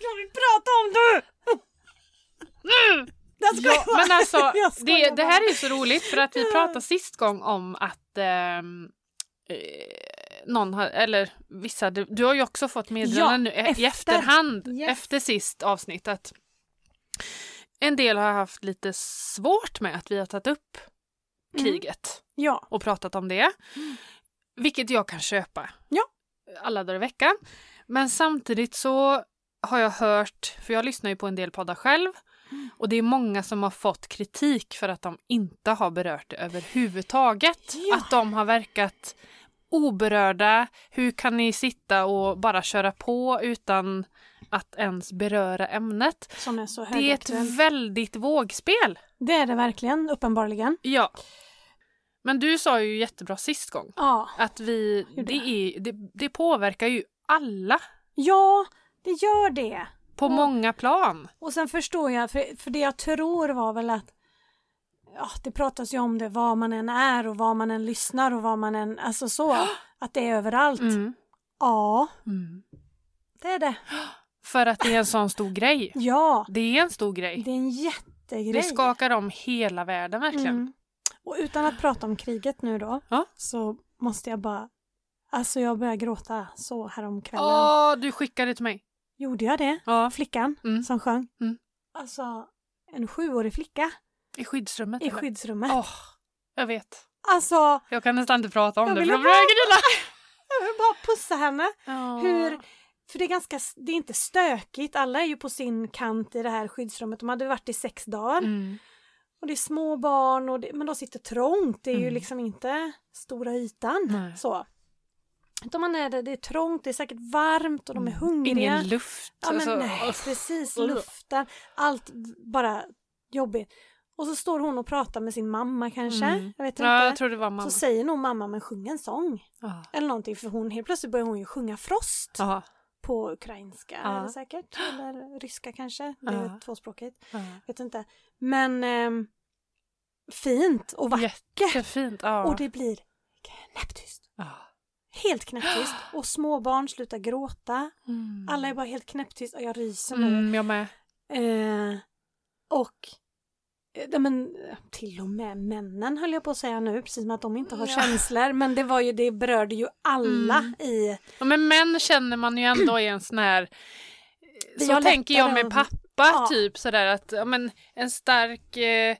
Jag vill prata om det! [LAUGHS] Jag Ja, skojar bara. men alltså, [LAUGHS] Jag skojar det, det bara. här är ju så roligt för att vi pratade sist gång om att ehm, eh, någon har, eller vissa, du, du har ju också fått meddelanden nu Ja, e- i efter. efterhand Yes. efter sist avsnitt att en del har haft lite svårt med att vi har tagit upp Mm. kriget Ja. och pratat om det. Vilket jag kan köpa. Mm. Ja. Alla dagar i veckan. Men samtidigt så har jag hört, för jag lyssnar ju på en del poddar själv, Mm. och det är många som har fått kritik för att de inte har berört det överhuvudtaget. Ja. Att de har verkat oberörda. Hur kan ni sitta och bara köra på utan att ens beröra ämnet? Som är så Det är ett högaktuell. väldigt vågspel. Det är det verkligen, uppenbarligen. Ja. Men du sa ju jättebra sist gång. Ja. Att vi, Hur det, det? är, det, det påverkar ju alla Ja, det gör det. på många plan. Och sen förstår jag, för, för det jag tror var väl att ja, det pratas ju om det var man än är och var man än lyssnar och var man än, alltså så, [GASPS] att det är överallt. Ja, Mm. det är det. För att det är en sån stor grej. Ja, Det är en stor gej. det är en jättegrej. Det skakar om hela världen verkligen. Mm. Och utan att prata om kriget nu då, Ja. så måste jag bara, alltså jag började gråta så häromkvällen. Åh, du skickade till mig. Gjorde jag det? Ja, Flickan Mm. som sjöng. Mm. Alltså, en sjuårig flicka i skyddsrummet. i eller? skyddsrummet. Åh, jag vet. Alltså, Jag kan nästan inte prata om Jag det. vill för då inte börjar jag jag vill bara pussa henne. grina. Åh. Hur, för det är ganska, det är inte stökigt, alla är ju på sin kant i det här skyddsrummet, de hade varit i sex dagar Mm. och det är små barn och det, men de sitter trångt, det är ju Mm. liksom inte stora ytan Nej. så. Utan man är det, det är trångt, det är säkert varmt och de är hungriga. Mm. Ingen luft. ja men alltså, nej, uff. precis, Uff. luften, allt bara jobbigt. Och så står hon och pratar med sin mamma kanske, Mm. jag vet inte. Ja, jag tror det var mamma. Så säger nog mamma, men sjung en sång. Ja. Eller någonting, för hon, helt plötsligt börjar hon ju sjunga Frost. Ja. på ukrainska Ja. är det säkert, eller ryska kanske, Ja. det är tvåspråkigt, Ja. vet inte. Men ehm, fint och vackert Jättefint. Ja. och det blir knäpptyst. Ja. [GASPS] Helt knäpptyst och små barn slutar gråta. Mm. Alla är bara helt knäpptyst och jag ryser nu. Mm, jag med. Eh, och eh, nej men, eh, till och med männen höll jag på att säga nu, precis som att de inte har Ja. känslor. Men det var ju, det berörde ju alla Mm. i... Ja, men män känner man ju ändå i en sån här... [CLEARS THROAT] Vi Så har tänker jag lättare med att- pappa, Ja. typ sådär att ja, men, en stark, eh,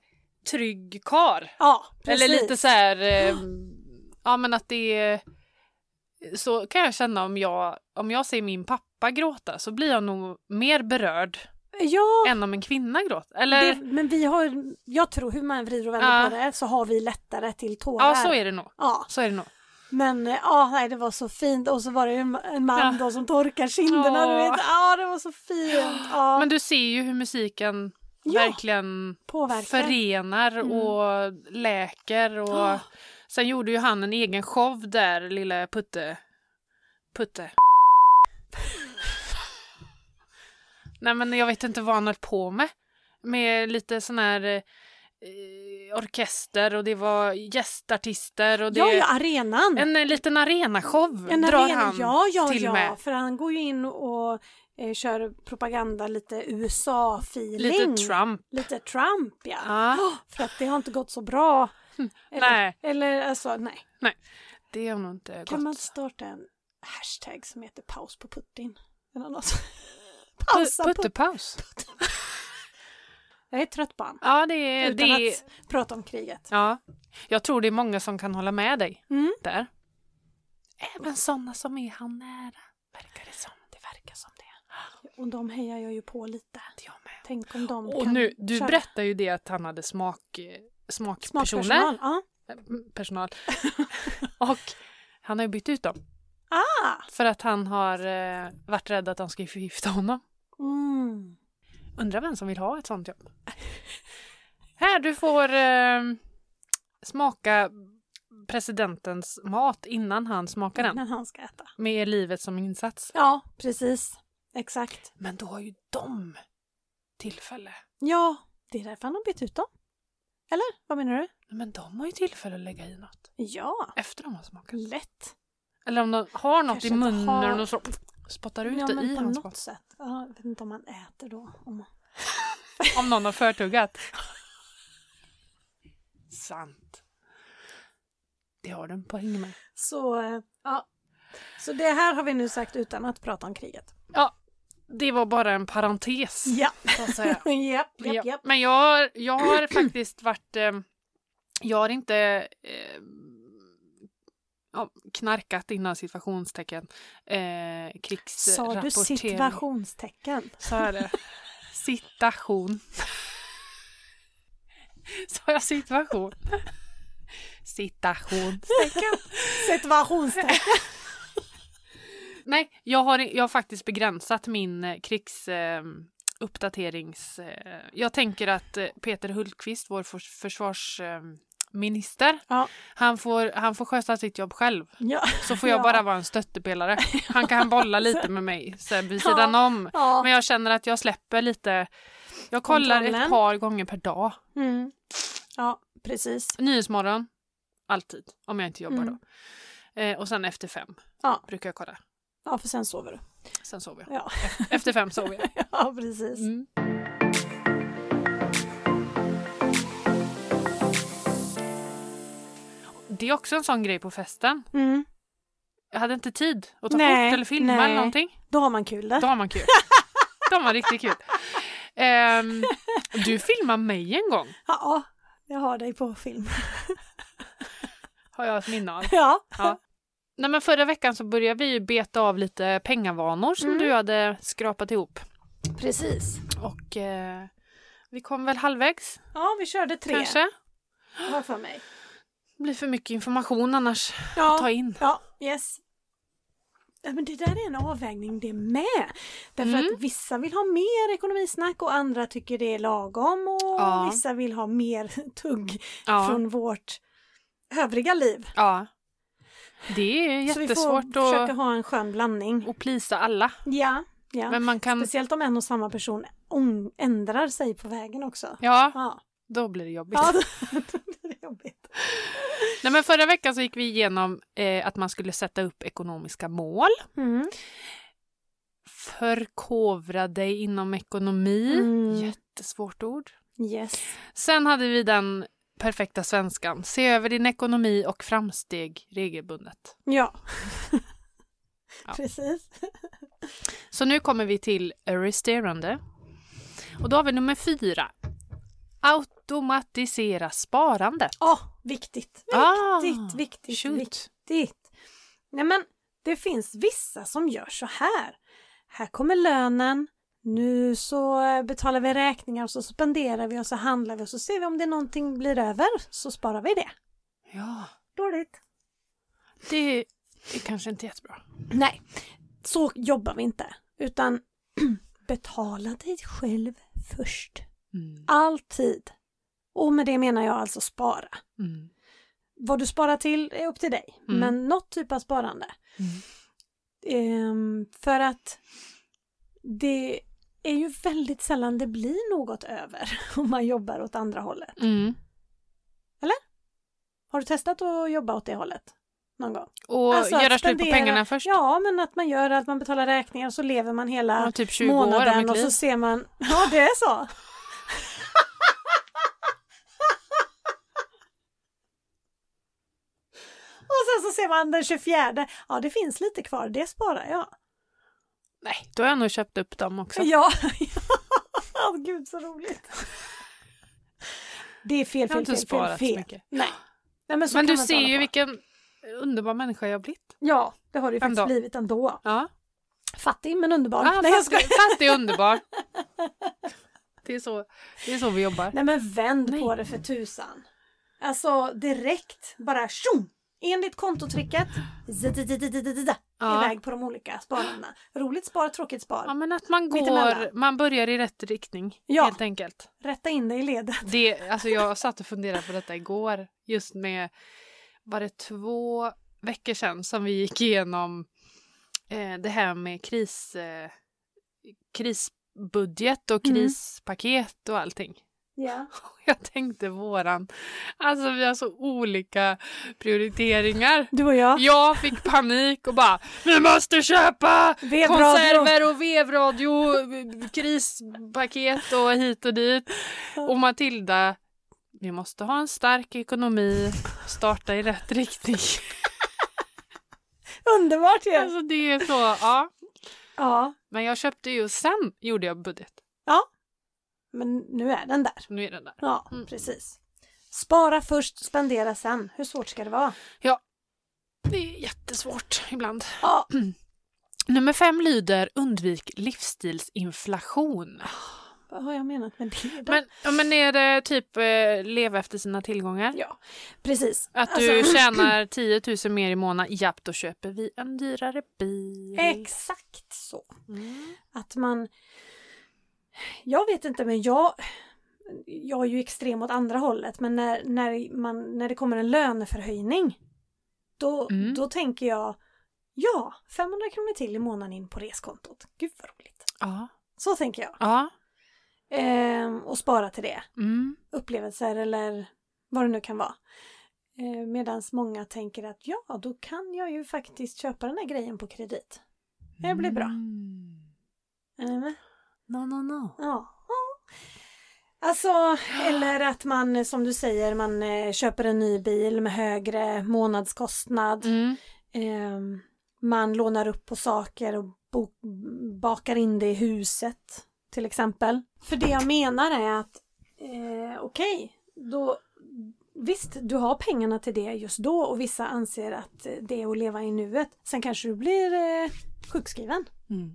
trygg kar. Ja, precis. Eller lite så här, [GASPS] eh, ja men att det är, så kan jag känna om jag, om jag ser min pappa gråta så blir jag nog mer berörd Ja, än om en kvinna gråter. Eller, det, men vi har... Jag tror hur man vrider och vänder Eh. Ja. på det så har vi lättare till tårar. ja så är det nog. Ja, Så är det nog. men eh, ja, nej, det var så fint och så var det ju en, en man Ja. då som torkar kinderna, du Åh. vet. Ja, det var så fint. [GASPS] Ja, Men du ser ju hur musiken Ja. verkligen påverkar. Mm. Ah! förenar och läker och Ja. sen gjorde ju han en egen show där, lilla Putte. Putte. Nej men jag vet inte vad han höll på med. Med lite sån här eh, orkester och det var gästartister och det... Ja, ja, arenan. En eh, liten arenashow En drar arena, han ja, ja, till ja. med. För han går ju in och eh, kör propaganda lite Lite USA-feeling. Trump. Lite Trump, ja. Ja. Hm. Åh, [GASPS] för att det har inte gått så bra. Eller, Nej. Eller alltså, nej. Det har nog inte Kan man gått. starta en hashtag som heter paus på Putin? [LAUGHS] Eller något. Pu- Pausa Putin. Puttepaus. Jag är trött på han. Ja, det är... Utan Det är att prata om kriget. Ja, jag tror det är många som kan hålla med dig Mm. där. Även sådana som är han nära, verkar det som. Det verkar som det. Och de hejar jag ju på lite. Att jag med. Tänk om de Och kan nu, du köra berättar ju det att han hade smak, eh, smakpersoner. Personal. smakpersonal. Ja. personal. [LAUGHS] och han har ju bytt ut dem. Ah! För att han har eh, varit rädd att de ska förgifta honom. Mm. Undrar vem som vill ha ett sånt [LAUGHS] jobb. Här, du får eh, smaka presidentens mat innan han smakar den. När han ska äta. Med livet som insats. Ja, precis. Exakt. Men då har ju de tillfälle. Ja, det är därför han har bytt ut dem. Eller vad menar du? Men de har ju tillfälle att lägga i något Ja, efter de har smakat. lätt. Eller om de har något Kanske i inte munnen har- och så spottar ut Ja, det men i på hans något mat. sätt. Ja, jag vet inte om han äter då. Om... Om någon har förtuggat. [LAUGHS] Sant. Det har du en poäng med. Så, eh, ja. Så det här har vi nu sagt utan att prata om kriget. Ja, det var bara en parentes. Ja, Så att säga. [LAUGHS] japp, japp, Ja. japp. Men jag, har- jag har [CLEARS THROAT] faktiskt varit... Eh, jag har inte eh, ja, knarkat innan situationstecken. Eh, Sa krigsrapportering. du situationstecken? Så är [LAUGHS] det. Situation. [LAUGHS] Sa jag [LAUGHS] situation? Situation. [LAUGHS] Situationstecken? Nej, jag har, jag har faktiskt begränsat min eh, krigs... Eh, uppdaterings... Eh, jag tänker att eh, Peter Hultqvist, vår förs- försvarsminister, Ja. han, får, han får sköta sitt jobb själv. Ja. Så får jag Ja. bara vara en stöttepelare. Han kan [LAUGHS] bolla lite med mig så här, vid sidan om. ja. Men jag känner att jag släpper lite. Jag kollar ett Kontrollen. par gånger per dag. Mm. ja, precis. Nyhetsmorgon, alltid. Om jag inte jobbar Mm. då. Eh, och sen efter fem Ja. brukar jag kolla. Ja, för sen sover du. Sen sover jag. Ja, Efter fem sover jag. [LAUGHS] ja precis. Mm. Det är också en sån grej på festen. Mm. Jag hade inte tid att ta Nej, kort eller filma nej. eller någonting. Då har man kul Då det. har man [LAUGHS] kul. Då har man riktigt kul. Ehm, du filmade mig en gång, Ja, jag har dig på film. har jag ett minne av. Ja. Ja. Nej, men förra veckan så började vi ju beta av lite pengavanor som Mm. du hade skrapat ihop. Precis. Och eh, vi kom väl halvvägs Ja, vi körde tre kanske. har jag för mig. Det blir för mycket information annars att ta Ja, in. ja yes. Ja, men det där är en avvägning det med. Därför Mm. att vissa vill ha mer ekonomisnack och andra tycker det är lagom och Ja. Mm, vissa vill ha mer [LAUGHS] tugg Ja. från vårt övriga liv. ja. Det är Så vi får jättesvårt försöka att, ha en skön blandning. att plisa alla. Ja, ja. Men man kan... Speciellt om en och samma person om- ändrar sig på vägen också. Ja, Ja, då blir det jobbigt. ja [LAUGHS] då, då blir det jobbigt. Nej, men förra veckan så gick vi igenom eh, att man skulle sätta upp ekonomiska mål. Mm. Förkovra dig inom ekonomi. Mm. Jättesvårt ord. Yes. Sen hade vi den perfekta svenskan. Se över din ekonomi och framsteg regelbundet. Ja. Ja. [LAUGHS] Precis. Så nu kommer vi till resterande. Och då har vi nummer fyra. Automatisera sparande. Åh, viktigt. Ah, Viktigt, viktigt, shoot. viktigt. Nej men, det finns vissa som gör så här. Här kommer lönen. Nu så eh, betalar vi räkningar och så spenderar vi och så handlar vi och så ser vi om det någonting blir över så sparar vi det. Ja, Dåligt. det är kanske inte jättebra. Nej, så jobbar vi inte. Utan [CLEARS THROAT] betala dig själv först. Mm. Alltid. Och med det menar jag alltså spara. Mm. Vad du sparar till är upp till dig, Mm. men något typ av sparande. Ehm, för att det är ju väldigt sällan det blir något över [LAUGHS] om man jobbar åt andra hållet. Mm. Har du testat att jobba åt det hållet? Någon gång? Och Alltså, att göra slut på spendera- pengarna först. Ja, men att man gör att man betalar räkningar så lever man hela Ja, typ 20 år av månaden mitt och liv. så ser man, ja det är så. [LAUGHS] och sen så ser man den 24, ja det finns lite kvar, det sparar jag. Nej, då har jag nog köpt upp dem [LAUGHS] också. Ja, ja, gud så roligt. Det är fel, Jag har fel, inte fel, fel, sparat så fel. mycket. Nej. Nej, men så Men kan du man inte ser hålla ju på. vilken underbar människa jag har blivit. Ja, det har det ju Ändå. faktiskt blivit ändå. Ja. Fattig men underbar. Ah, Nej, fattig, jag skojar. fattig är [LAUGHS] underbar. Det är så, det är så vi jobbar. Nej men vänd Nej. på det för tusan. Alltså direkt bara tjong! Enligt kontotricket, zzzzzzzz, Ja. iväg på de olika spararna. Roligt spar, tråkigt Ja, spar. men att man går, Mittemellan. man börjar i rätt riktning Ja. helt enkelt. Rätta in dig i ledet. Det, alltså jag satt och funderade på detta igår, just med, var det två veckor sedan som vi gick igenom eh, det här med kris, eh, krisbudget och Mm. krispaket och allting. [LAUGHS] Ja. Jag tänkte våran, alltså vi har så olika prioriteringar. Du och jag, Jag fick panik och bara vi måste köpa vevradio. konserver och vevradio, krispaket och hit och dit. Och Matilda, vi måste ha en stark ekonomi, starta i rätt riktning. Underbart ju! Alltså det är så, ja. Ja, Men jag köpte ju, sen gjorde jag budget. men nu är den där. Så nu är den där. Ja, Mm. precis. Spara först, spendera sen. Hur svårt ska det vara? Det är jättesvårt ibland. Ja. Nummer fem lyder undvik livsstilsinflation. Vad har jag menat med det då? Men, ja, men är det typ eh, leva efter sina tillgångar? Ja, precis. Alltså, Att du tjänar 10 000 mer i månaden, japp då köper vi en dyrare bil. Exakt så. Mm. att man... Jag vet inte, men jag... Jag är ju extrem åt andra hållet, men när, när, man, när det kommer en löneförhöjning då, Mm. då tänker jag ja, 500 kronor till i månaden in på reskontot. Gud vad roligt. Ja. Så tänker jag. ja. Ehm, och spara till det. Mm. Upplevelser eller vad det nu kan vara. Ehm, Medan många tänker att ja, då kan jag ju faktiskt köpa den här grejen på kredit. Ehm, Det blir bra. Mm. Är ni med? No, no, no. Ja. Alltså, eller att man som du säger, man eh, köper en ny bil med högre månadskostnad. Mm. Ehm, man lånar upp på saker och bo- bakar in det i huset till exempel. För det jag menar är att eh, okej, då visst, du har pengarna till det just då och vissa anser att eh, det är att leva i nuet. Sen kanske du blir eh, sjukskriven. Mm.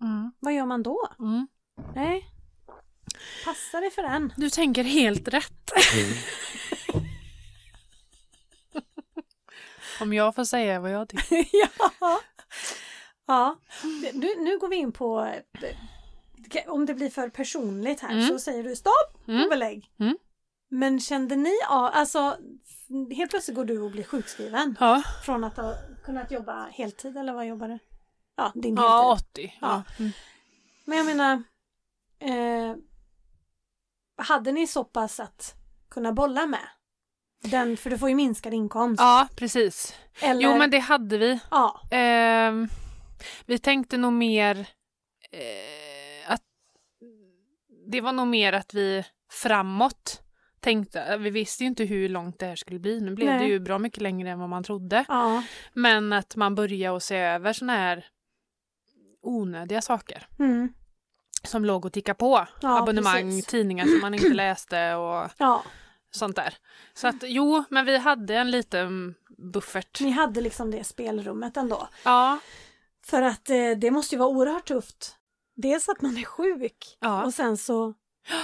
Mm. Vad gör man då? Mm. Nej. Passa dig för den. Du tänker helt rätt. [LAUGHS] Om jag får säga vad jag tycker. [LAUGHS] ja. ja. Nu, nu går vi in på eh, om det blir för personligt här Mm. så säger du stopp Mm. och belägg. Mm. Men kände ni av, alltså helt plötsligt går du och blir sjukskriven. Ja, Från att ha kunnat jobba heltid eller vad jobbar du? Ja, din heltid. ja Mm. 80. Ja. Men jag menar, eh, hade ni så pass att kunna bolla med? Den, för du får ju minskad inkomst. ja precis. Eller, Jo men det hade vi. Ja, Ehm, vi tänkte nog mer eh, att det var nog mer att vi framåt tänkte, eh, vi visste ju inte hur långt det här skulle bli. Nu blev Nej. det ju bra mycket längre än vad man trodde. ja. Men att man börjar och se över såna här onödiga saker Mm, som låg och ticka på. Ja, Abonnemang, precis. tidningar som man inte läste och ja. sånt där. Så att jo, men vi hade en liten buffert. Ni hade liksom det spelrummet ändå. Ja, För att eh, det måste ju vara oerhört tufft. Dels att man är sjuk ja. och sen så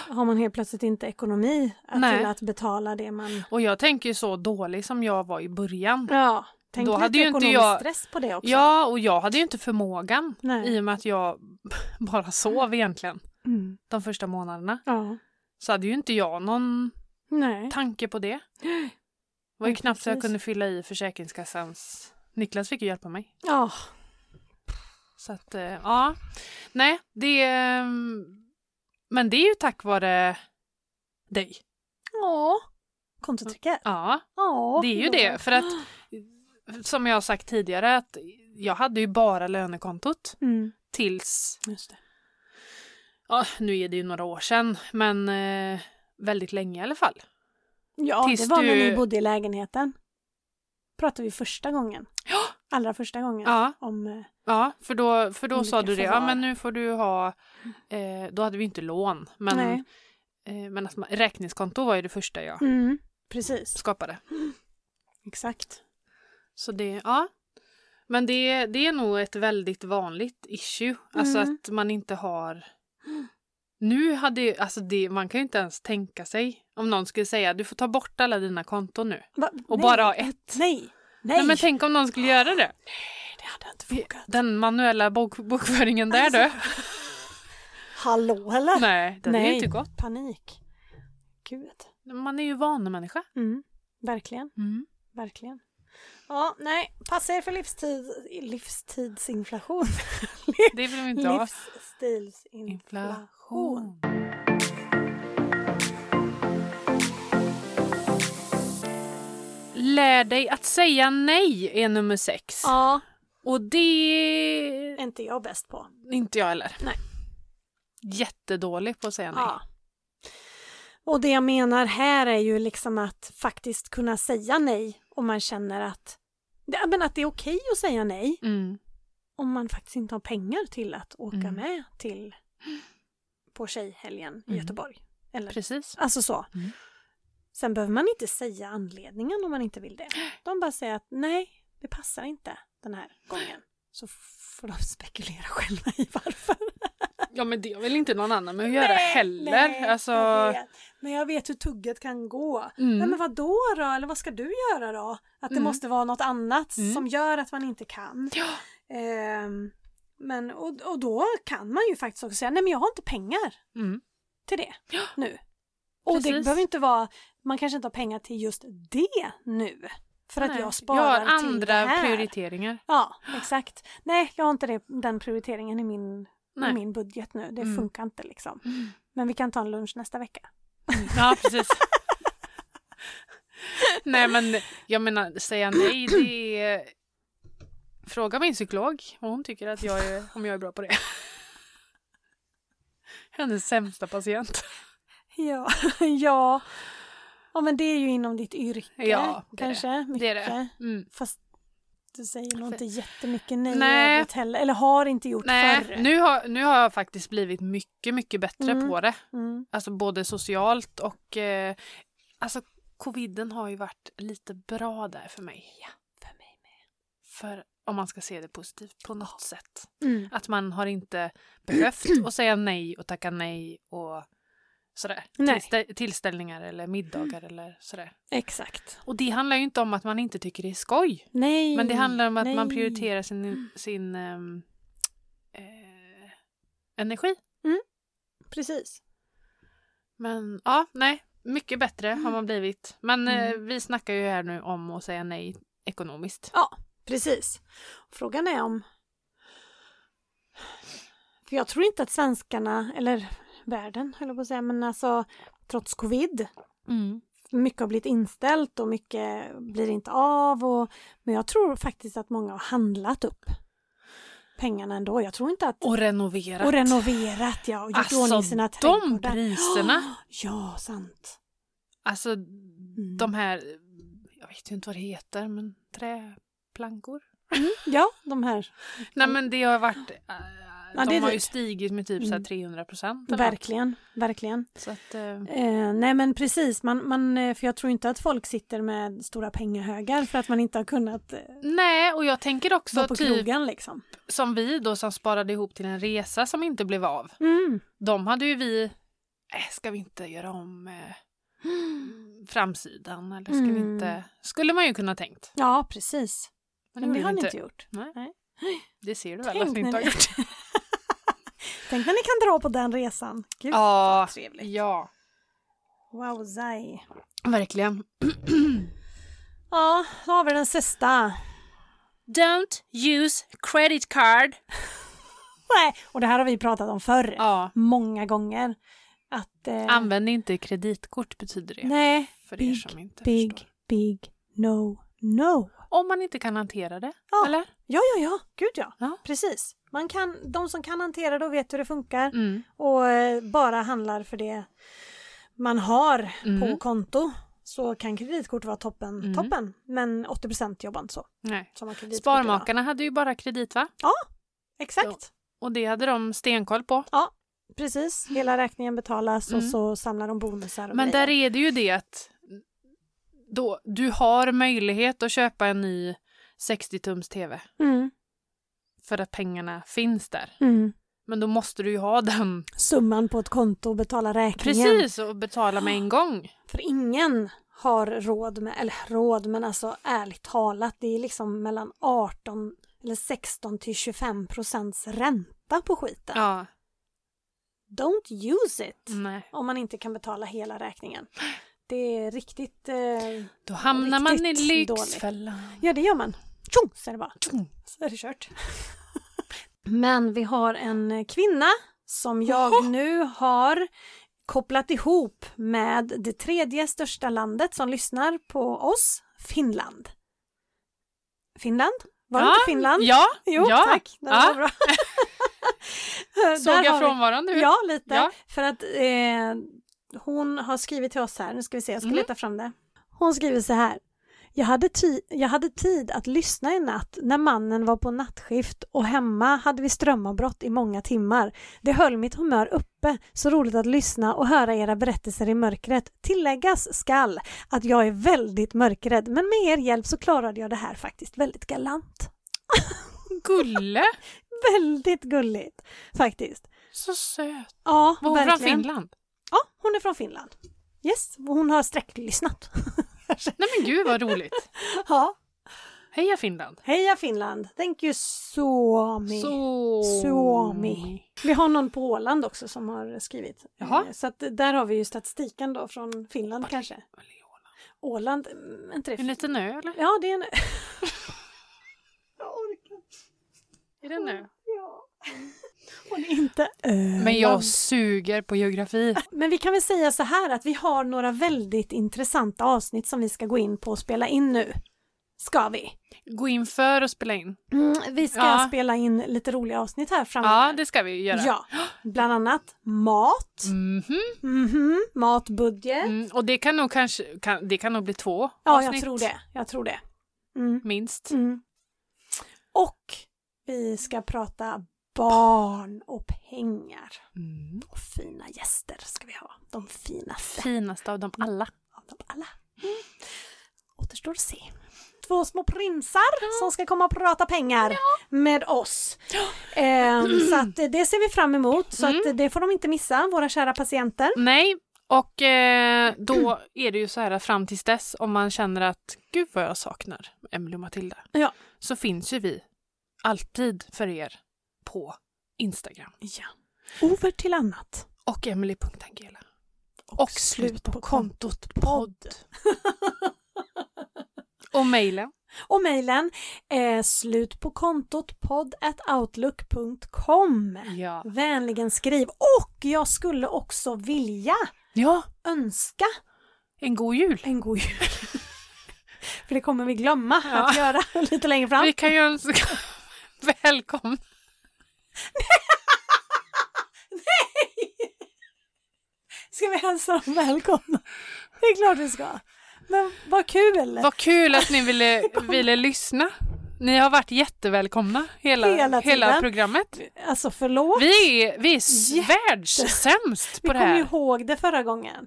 har man helt plötsligt inte ekonomi att, Nej. till att betala det man... Och jag tänker ju så dålig som jag var i början. Ja, tänk Då lite hade ju inte ekonomisk jag- stress på det också. Ja, och jag hade ju inte förmågan Nej. i och med att jag [LAUGHS] bara sov egentligen Mm. de första månaderna. ja. Så hade ju inte jag någon Nej. tanke på det. Det var ju Nej, knappt så jag precis. kunde fylla i Försäkringskassans... Niklas fick ju hjälpa mig. Ja. Så att, eh, ja. Nej, det... eh, Men det är ju tack vare dig. Ja. Kontotricket. Ja, Ja. det är ju det. För att, som jag har sagt tidigare, att jag hade ju bara lönekontot Mm. tills... Just det. Ja, nu är det ju några år sedan, men eh, väldigt länge i alla fall. Ja, Tills det var när du- ni bodde i lägenheten. Pratade vi första gången. Allra första gången. Ja, Om, eh, ja för då, för då Olika sa du det. Ja, förvar. men nu får du ha... Eh, då hade vi inte lån, men, nej. eh, men att man, räkningskonto var ju det första jag Mm. Precis. skapade. Exakt. Så det, ja. Men det, det är nog ett väldigt vanligt issue. Alltså Mm. att man inte har... Nu hade ju- alltså det, man kan ju inte ens tänka sig om någon skulle säga du får ta bort alla dina konton nu Va? och Nej. bara ha ett. Nej. Nej. Nej. men tänk om någon skulle göra det. det hade inte funkat. Den manuella bok, bokföringen där du. Alltså, Hallå [LAUGHS] eller? Nej, det är ju Nej. inte gott. Panik. Gud. Man är ju vanemänniska. Mm. Verkligen. Mm. Verkligen. Ja, nej. Passa er för livstid, livstidsinflation. Det vill vi inte ha. Livsstilsinflation. Inflation. Lär dig att säga nej är nummer sex. Ja, Och det är är inte jag bäst på. inte jag heller. Nej. Jättedålig på att säga nej. Ja. Och det jag menar här är ju liksom att faktiskt kunna säga nej om man känner att, ja, men att det är okej att säga nej Mm. om man faktiskt inte har pengar till att åka Mm. med till på tjejhelgen i Mm. Göteborg. Eller, [LAUGHS] Precis. alltså så. Mm. Sen behöver man inte säga anledningen om man inte vill det. De bara säger att nej, det passar inte den här gången. Så f- får de spekulera själva i varför. Ja men det har väl inte någon annan med att göra heller. Nej, alltså... jag vet. Men jag vet hur tugget kan gå. Mm. Nej, men vad då då? Eller vad ska du göra då? Att det Mm. måste vara något annat Mm. som gör att man inte kan. Ja. Ehm, men, och, och då kan man ju faktiskt också säga, nej men jag har inte pengar Mm. till det nu. Och det Precis. behöver inte vara, man kanske inte har pengar till just det nu. För att Nej. jag sparar har till andra det här. prioriteringar. Ja, exakt. Nej, jag har inte det, den prioriteringen i min, i Nej. min budget nu. Det Mm. funkar inte liksom. Men vi kan ta en lunch nästa vecka. [LAUGHS] Ja, precis. nej, men jag menar, säga nej, det är... Fråga min psykolog vad hon tycker att jag är, om jag är bra på det. [LAUGHS] Hennes sämsta patient. Ja, [LAUGHS] ja. Ja men det är ju inom ditt yrke Ja, det är kanske. Mycket. Det är det. Mm. Fast du säger nog inte jättemycket nej, Nej. i övrigt heller. Eller har inte gjort Nej, förr. nu har, nu har jag faktiskt blivit mycket, mycket bättre Mm. på det. Mm. Alltså både socialt och... Eh, alltså coviden har ju varit lite bra där för mig. Ja, för mig med. För om man ska se det positivt på något sätt. Mm. Att man har inte [CLEARS THROAT] behövt att säga nej och tacka nej och sådär. Nej. Tillstä- tillställningar eller middagar eller sådär. Exakt. Och det handlar ju inte om att man inte tycker det är skoj. Nej. Men det handlar om att man nej. prioriterar [CLEARS THROAT] sin, sin ehm, eh, energi. Precis. Men ja, nej. Mycket bättre har man blivit. Men eh, Mm. vi snackar ju här nu om att säga nej ekonomiskt. Precis. Frågan är om... För jag tror inte att svenskarna, eller världen höll jag på att säga, men alltså trots covid, Mm. mycket har blivit inställt och mycket blir inte av. Och, men jag tror faktiskt att många har handlat upp pengarna ändå. Jag tror inte att... Och renoverat. Och renoverat, ja. Och gjort i Alltså, ordning sina de trädgårdar. [GASPS] priserna. Ja, sant. Alltså Mm. de här, jag vet ju inte vad det heter, men träplankor. Ja, de här. Nej men det har varit, eh, Ja, det de är har ju dyrt. stigit med typ så här Mm. 300 procent. Verkligen, verkligen. Så att, eh, Eh, nej men precis, man, man, eh, för jag tror inte att folk sitter med stora pengahögar för att man inte har kunnat eh, nej, och jag tänker vara också på typ krogen liksom. som vi då som sparade ihop till en resa som inte blev av. Mm. De hade ju vi, äh, ska vi inte göra om [GASPS] eh, framsidan eller ska vi Mm. inte, skulle man ju kunna ha tänkt. Ja, precis. Men det, Men det gjorde har vi ni inte. inte gjort. det ser du väl Tänk att vi när inte har ni- gjort. Tänk när ni kan dra på den resan. Gud, Ja, vad trevligt. ja, Wow, zai. verkligen. Ja, då har vi den sista. Don't use credit card. Nej, och det här har vi pratat om förr. Ja, Många gånger. Att... Eh, använd inte kreditkort betyder det. nej, för er big, som inte big, förstår. big no, no. Om man inte kan hantera det, Ja. eller? Ja, ja, ja. Gud ja. Ja. Precis. Man kan, de som kan hantera det och vet hur det funkar Mm. och eh, bara handlar för det man har på Mm. konto så kan kreditkort vara toppen, Mm. toppen. Men 80 jobbar inte så. Nej. som har kreditkort idag. Sparmakarna hade ju bara kredit, va? Exakt. Och det hade de stenkoll på. Precis. Hela räkningen betalas och Mm. så samlar de bonusar och Men grejer. där är det ju det att då, du har möjlighet att köpa en ny 60-tums TV mm. för att pengarna finns där. Mm. Men då måste du ju ha [LAUGHS] den Summan på ett konto och betala räkningen. precis och betala med en gång. För ingen har råd med, eller råd men alltså ärligt talat, det är liksom mellan 18 eller 16 till 25 procents ränta på skiten. Ja, Don't use it! nej. Om man inte kan betala hela räkningen. Det är riktigt... Eh, Då hamnar man i Riktigt lyxfällan. ja, det gör man. Tjong! Så är det bara. Tjong. Så är det kört. [LAUGHS] Men vi har en kvinna som jag nu har kopplat ihop med det tredje största landet som lyssnar på oss, Finland. Finland? Var det Ja, inte Finland? Ja, Jo, ja. tack. Det Ja. var bra. [LAUGHS] [LAUGHS] såg Där har jag vi- frånvarande ut? Ja, lite. Ja. För att eh, hon har skrivit till oss här, nu ska vi se, jag ska Mm. leta fram det. Hon skriver så här. Jag hade, ti- jag hade tid att lyssna i natt när mannen var på nattskift och hemma hade vi strömavbrott i många timmar. Det höll mitt humör uppe, så roligt att lyssna och höra era berättelser i mörkret. Tilläggas skall att jag är väldigt mörkrädd, men med er hjälp så klarade jag det här faktiskt väldigt galant. [LAUGHS] Gulle, Väldigt gulligt, faktiskt. så söt. Ja, Var hon från verkligen. Finland? Ja, hon är från Finland. Yes, och hon har sträcklyssnat. Nej men gud vad roligt. ja. Heja Finland. Heja Finland! Thank you so much. Så... Suomi. Vi har någon på Åland också som har skrivit. Jaha. Eh, Så att där har vi ju statistiken då från Finland kanske. Åland, mm, är inte En det? liten ö eller? Ja, det är en... Jag orkar inte. Är det en ö? [LAUGHS] Ja. Eh, Och det är inte Men jag suger på geografi. Men vi kan väl säga så här att vi har några väldigt intressanta avsnitt som vi ska gå in på och spela in nu. Ska vi? Gå in för och spela in. Mm, vi ska Ja. spela in lite roliga avsnitt här framöver. Ja, det ska vi ju göra. Ja, bland annat mat, Mhm. Mhm, matbudget. Mm, och det kan nog kanske, kan, det kan nog bli två Ja, avsnitt jag tror det. Jag tror det. Mm. minst. Mm. Och vi ska prata barn och pengar. Mm. Och fina gäster ska vi ha. De finaste Finaste av dem alla. av dem alla. Mm. Återstår att se. Två små prinsar som ska komma och prata pengar med oss. Ehm, så att eh, det ser vi fram emot. Så Mm. att eh, det får de inte missa, våra kära patienter. Nej, och eh, då är det ju så här att fram tills dess om man känner att gud vad jag saknar Emily och Matilda. Ja. Så finns ju vi alltid för er på Instagram Ja. Over till annat. och emily.angela Och slut på kontot podd. Och mejlen. Och mejlen är slut på kontot podd outlook.com. Ja. Vänligen skriv. Och jag skulle också vilja ja, önska en god jul. en god jul. [LAUGHS] För det kommer vi glömma Ja. att göra [LAUGHS] lite längre fram. Vi kan ju önska [LAUGHS] välkommen. Ska vi hälsa dem välkomna? [LAUGHS] Det är klart vi ska. Men vad kul! Vad kul att ni [LAUGHS] ville, ville lyssna. Ni har varit jättevälkomna hela, hela, Hela tiden. programmet. Alltså förlåt. Vi är, vi är s- Jätte- världssämst Vi på det kom ju här. ihåg det förra gången.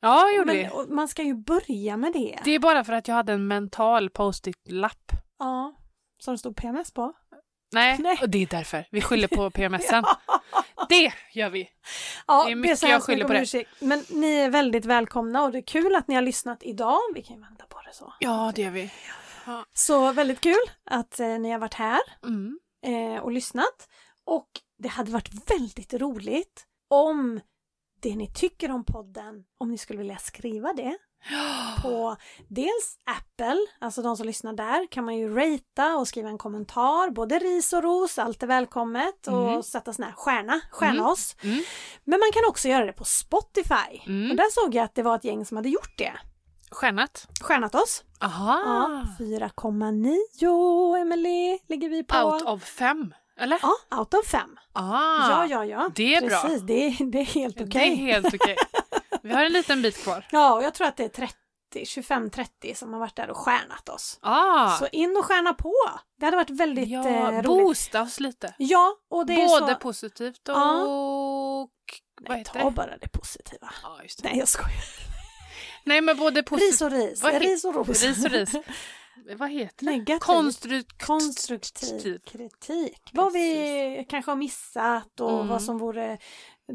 Ja, gjorde vi. Men, och man ska ju börja med det. Det är bara för att jag hade en mental post-it-lapp. Ja. Som det stod PMS på. Nej, Nej. och det är därför. Vi skyller [LAUGHS] på PMSen. Det gör vi. Ja, Det är mycket så jag hemskt skyller mycket på om det. ursäkt. Men ni är väldigt välkomna och det är kul att ni har lyssnat idag. Vi kan ju vända på det så. Ja, det gör vi. Så väldigt kul att eh, ni har varit här Mm. eh, och lyssnat. Och det hade varit väldigt roligt om det ni tycker om podden, om ni skulle vilja skriva [GASPS] det på dels Apple, alltså de som lyssnar där kan man ju ratea och skriva en kommentar, både ris och ros, allt är välkommet Mm. och sätta sån här stjärna, stjärna Mm. oss. Mm. Men man kan också göra det på Spotify. Mm. Och där såg jag att det var ett gäng som hade gjort det. Stjärnat. Stjärnat oss. Aha. Ja, 4,9 Emily ligger vi på. Out of fem, eller? Ja, out of 5. Ah. Ja, ja, ja. Det är bra. Precis, det är, det är helt okej. Det är helt [LAUGHS] okej. Vi har en liten bit kvar. Ja, och jag tror att det är 30, 25-30 som har varit där och stjärnat oss. Ah. Så in och stjärna på! Det hade varit väldigt eh, ja, roligt. boosta oss lite. Ja, och det är Både så... positivt och... Ja. Vad Nej, heter ta det? bara det positiva. Ja, just det. Nej, jag skojar. Nej, men både positivt... Ris och ris. Vad heter- Ris och ros. Ris och ris. [LAUGHS] Vad heter det? [LAUGHS] Negativt. Konstrut... konstruktiv Konstruktiv. kritik. Typ. Vad vi kanske har missat och Mm. vad som vore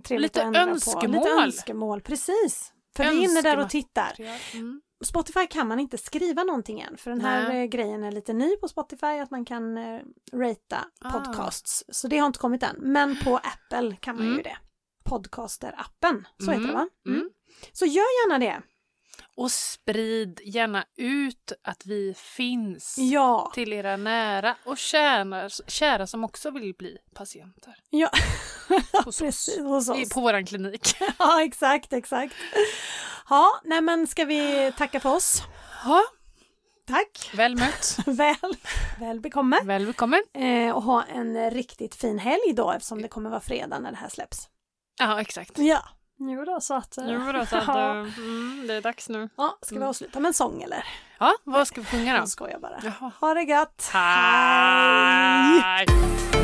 trevligt Lite att ändra på. önskemål. Lite önskemål. Precis. För vi är inne där Önskemål. och tittar. Mm. Spotify kan man inte skriva någonting än för den här Nej. eh, grejen är lite ny på Spotify att man kan eh, rata Ah. podcasts. Så det har inte kommit än. Men på Apple kan man Mm. ju det. Podcaster-appen, så heter det va? Mm, Mm. mm. Så gör gärna det. Och sprid gärna ut att vi finns. Ja. Till era nära och kära, kära som också vill bli patienter. ja. [LAUGHS] Hos oss. Precis, hos I- oss. På våran klinik. [LAUGHS] Ja, exakt, exakt. Ja, nej men ska vi tacka för oss? Ja, Tack. [LAUGHS] väl [LAUGHS] mött. Väl, väl bekomme. Välkommen. Eh, och ha en riktigt fin helg då eftersom det kommer vara fredag när det här släpps. Ja, exakt. Ja. Jo då, så att... eh, Jo då, så att, [LAUGHS] ja. eh, mm, det är dags nu. ja, ska vi avsluta med en sång eller? Ja, vad ska vi sjunga då? Jag skojar bara. Jaha. Ha det gött! Hej! Tack!